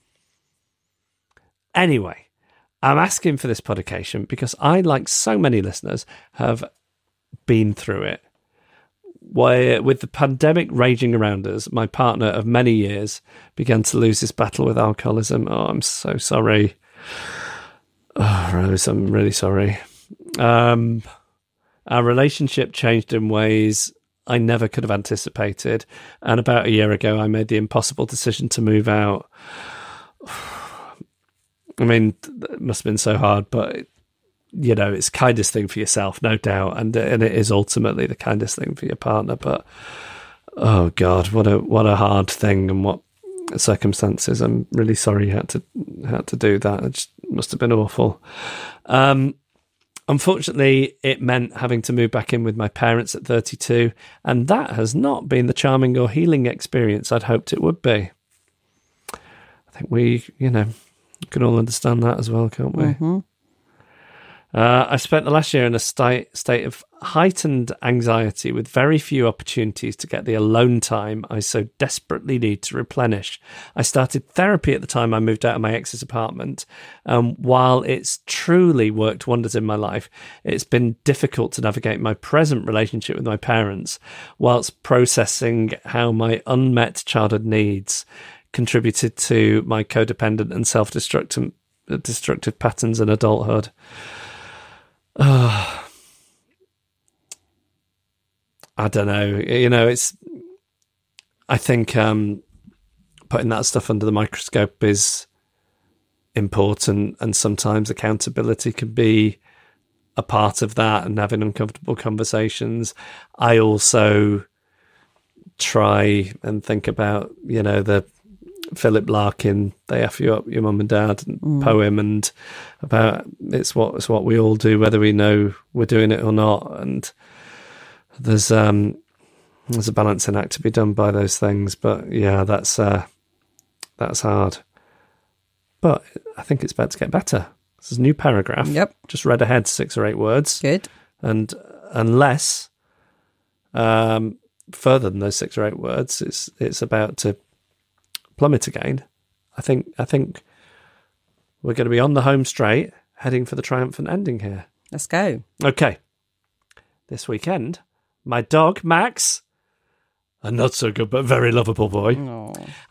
Anyway, I'm asking for this podication because I, like so many listeners, have been through it. Why, with the pandemic raging around us, my partner of many years began to lose his battle with alcoholism. Oh, I'm so sorry. Oh, Rose, I'm really sorry. Um, our relationship changed in ways I never could have anticipated. And about a year ago, I made the impossible decision to move out. I mean, th- it must have been so hard, but you know, it's kindest thing for yourself, no doubt, and and it is ultimately the kindest thing for your partner. But oh god, what a what a hard thing, and what circumstances. I'm really sorry you had to had to do that. It just must have been awful. Um, Unfortunately, it meant having to move back in with my parents at 32, and that has not been the charming or healing experience I'd hoped it would be. I think we, you know, can all understand that as well, can't we? Uh, I spent the last year in a sti- state of heightened anxiety with very few opportunities to get the alone time I so desperately need to replenish. I started therapy at the time I moved out of my ex's apartment. Um, while it's truly worked wonders in my life, it's been difficult to navigate my present relationship with my parents whilst processing how my unmet childhood needs contributed to my codependent and self destructive destructive patterns in adulthood. I don't know. You know, it's. I think um, putting that stuff under the microscope is important, and sometimes accountability can be a part of that, and having uncomfortable conversations. I also try and think about you know the Philip Larkin, they f you up, your mum and dad, and poem, and about it's what it's what we all do, whether we know we're doing it or not. And there's um there's a balancing act to be done by those things, but yeah, that's uh that's hard. But I think it's about to get better. This is a new paragraph. Yep. Just read ahead six or eight words Good. and unless um, further than those six or eight words, it's it's about to plummet again. I think I think we're going to be on the home straight, heading for the triumphant ending here. Let's go. Okay. This weekend, my dog Max, a not so good but very lovable boy,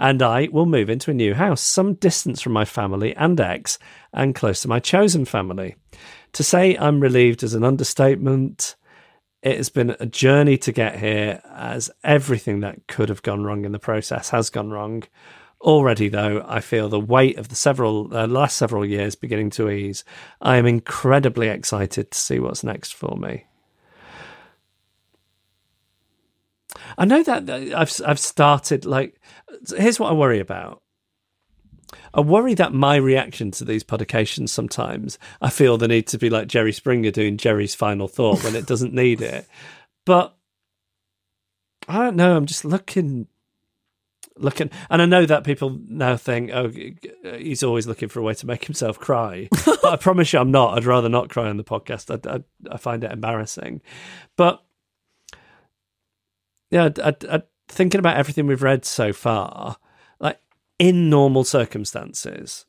and I will move into a new house, some distance from my family and ex, and close to my chosen family. To say I'm relieved is an understatement. It has been a journey to get here, as everything that could have gone wrong in the process has gone wrong. Already, though, I feel the weight of the several uh, last several years beginning to ease. I am incredibly excited to see what's next for me. I know that that I've I've started like. Here's what I worry about. I worry that my reaction to these publications sometimes I feel the need to be like Jerry Springer doing Jerry's final thought when it doesn't need it. But I don't know. I'm just looking looking and i know that people now think oh g- g- he's always looking for a way to make himself cry but i promise you i'm not i'd rather not cry on the podcast i, I, I find it embarrassing but yeah I, I- I- thinking about everything we've read so far like in normal circumstances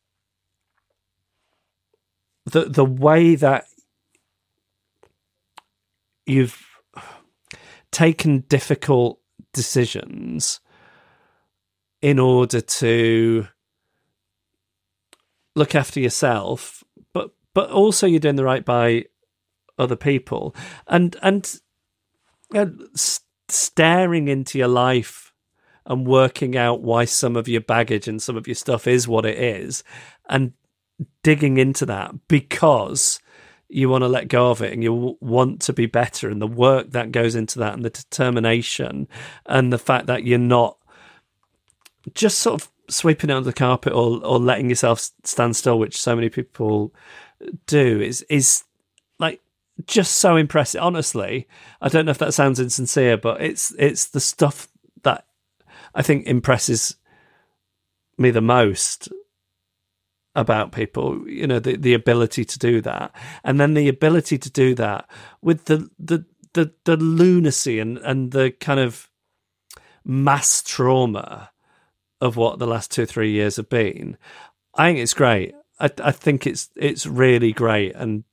the the way that you've taken difficult decisions in order to look after yourself but but also you're doing the right by other people and and uh, s- staring into your life and working out why some of your baggage and some of your stuff is what it is and digging into that because you want to let go of it and you w- want to be better and the work that goes into that and the determination and the fact that you're not just sort of sweeping it under the carpet or or letting yourself s- stand still, which so many people do, is is like just so impressive. Honestly, I don't know if that sounds insincere, but it's it's the stuff that I think impresses me the most about people. You know, the the ability to do that, and then the ability to do that with the the the, the lunacy and and the kind of mass trauma of what the last two three years have been. I think it's great. I, I think it's it's really great, and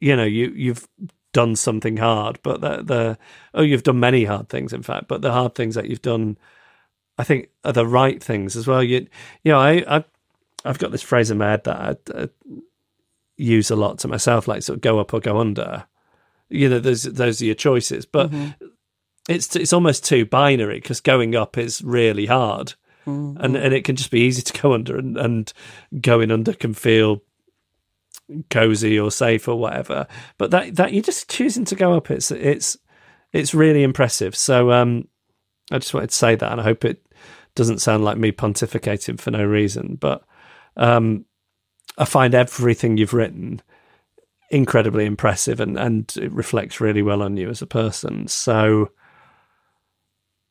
you know you you've done something hard, but the the oh you've done many hard things in fact, but the hard things that you've done, I think are the right things as well. You you know I I I've got this phrase in my head that I, I use a lot to myself, like sort of go up or go under. You know those those are your choices, but it's it's almost too binary because going up is really hard, and and it can just be easy to go under, and, and going under can feel cozy or safe or whatever. But that that you're just choosing to go up. It's it's it's really impressive. So um, I just wanted to say that, and I hope it doesn't sound like me pontificating for no reason. But um, I find everything you've written incredibly impressive and, and it reflects really well on you as a person. So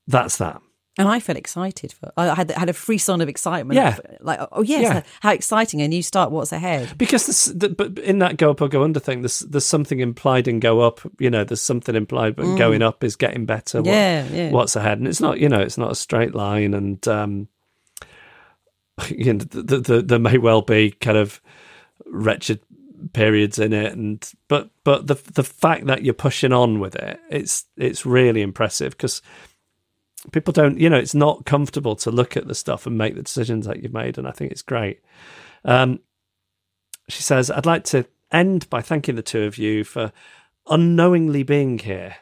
that's that. And I felt excited for. I had had a frisson of excitement. Yeah. like oh yes, Yeah. how exciting a new start. What's ahead? Because this, the, but in that go up or go under thing, there's there's something implied in go up. You know, there's something implied, but going up is getting better. what- Mm. Yeah, yeah. What's ahead, and it's not you know, it's not a straight line, and um, you know, th th th there may well be kind of wretched periods in it, and but but the the fact that you're pushing on with it, it's it's really impressive because people don't you know it's not comfortable to look at the stuff and make the decisions that you've made, and I think it's great. Um, she says, I'd like to end by thanking the two of you for unknowingly being here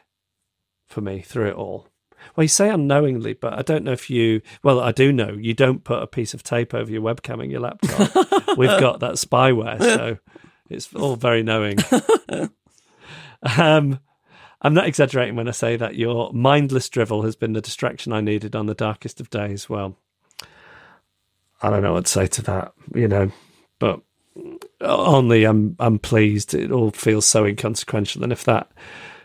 for me through it all. Well, you say unknowingly, but I don't know if you. Well, I do know you don't put a piece of tape over your webcam in your laptop. We've got that spyware, so it's all very knowing. um, I'm not exaggerating when I say that your mindless drivel has been the distraction I needed on the darkest of days. Well, I don't know what to say to that, you know, but only I'm I'm pleased. It all feels so inconsequential, and if that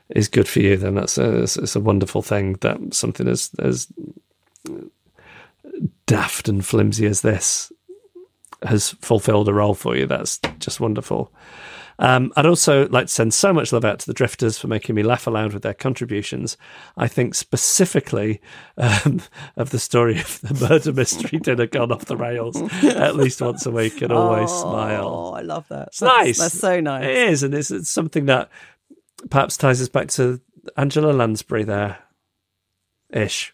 is good for you, then that's a it's, it's a wonderful thing. That something as as daft and flimsy as this has fulfilled a role for you. That's just wonderful. Um, I'd also like to send so much love out to the Drifters for making me laugh aloud with their contributions. I think specifically um, of the story of the murder mystery dinner gone off the rails at least once a week and always smile. Oh, I love that. It's That's- nice. That's so nice. It is, and it's, it's something that perhaps ties us back to Angela Lansbury there, ish.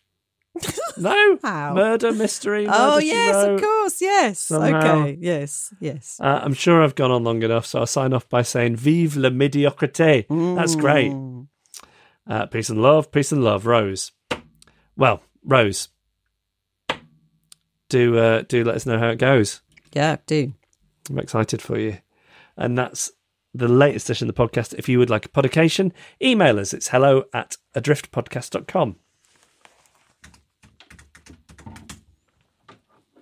No, How? murder mystery. Oh Murder, She yes, Wrote. of course, yes. Somehow. Okay, yes, yes. Uh, I'm sure I've gone on long enough, so I'll sign off by saying "Vive la médiocrité." That's great. Mm. Uh, peace and love, peace and love, Rose. Well, Rose, do uh, do let us know how it goes. Yeah, do. I'm excited for you. And that's the latest edition of the podcast. If you would like a podication, email us. It's hello at adriftpodcast.com.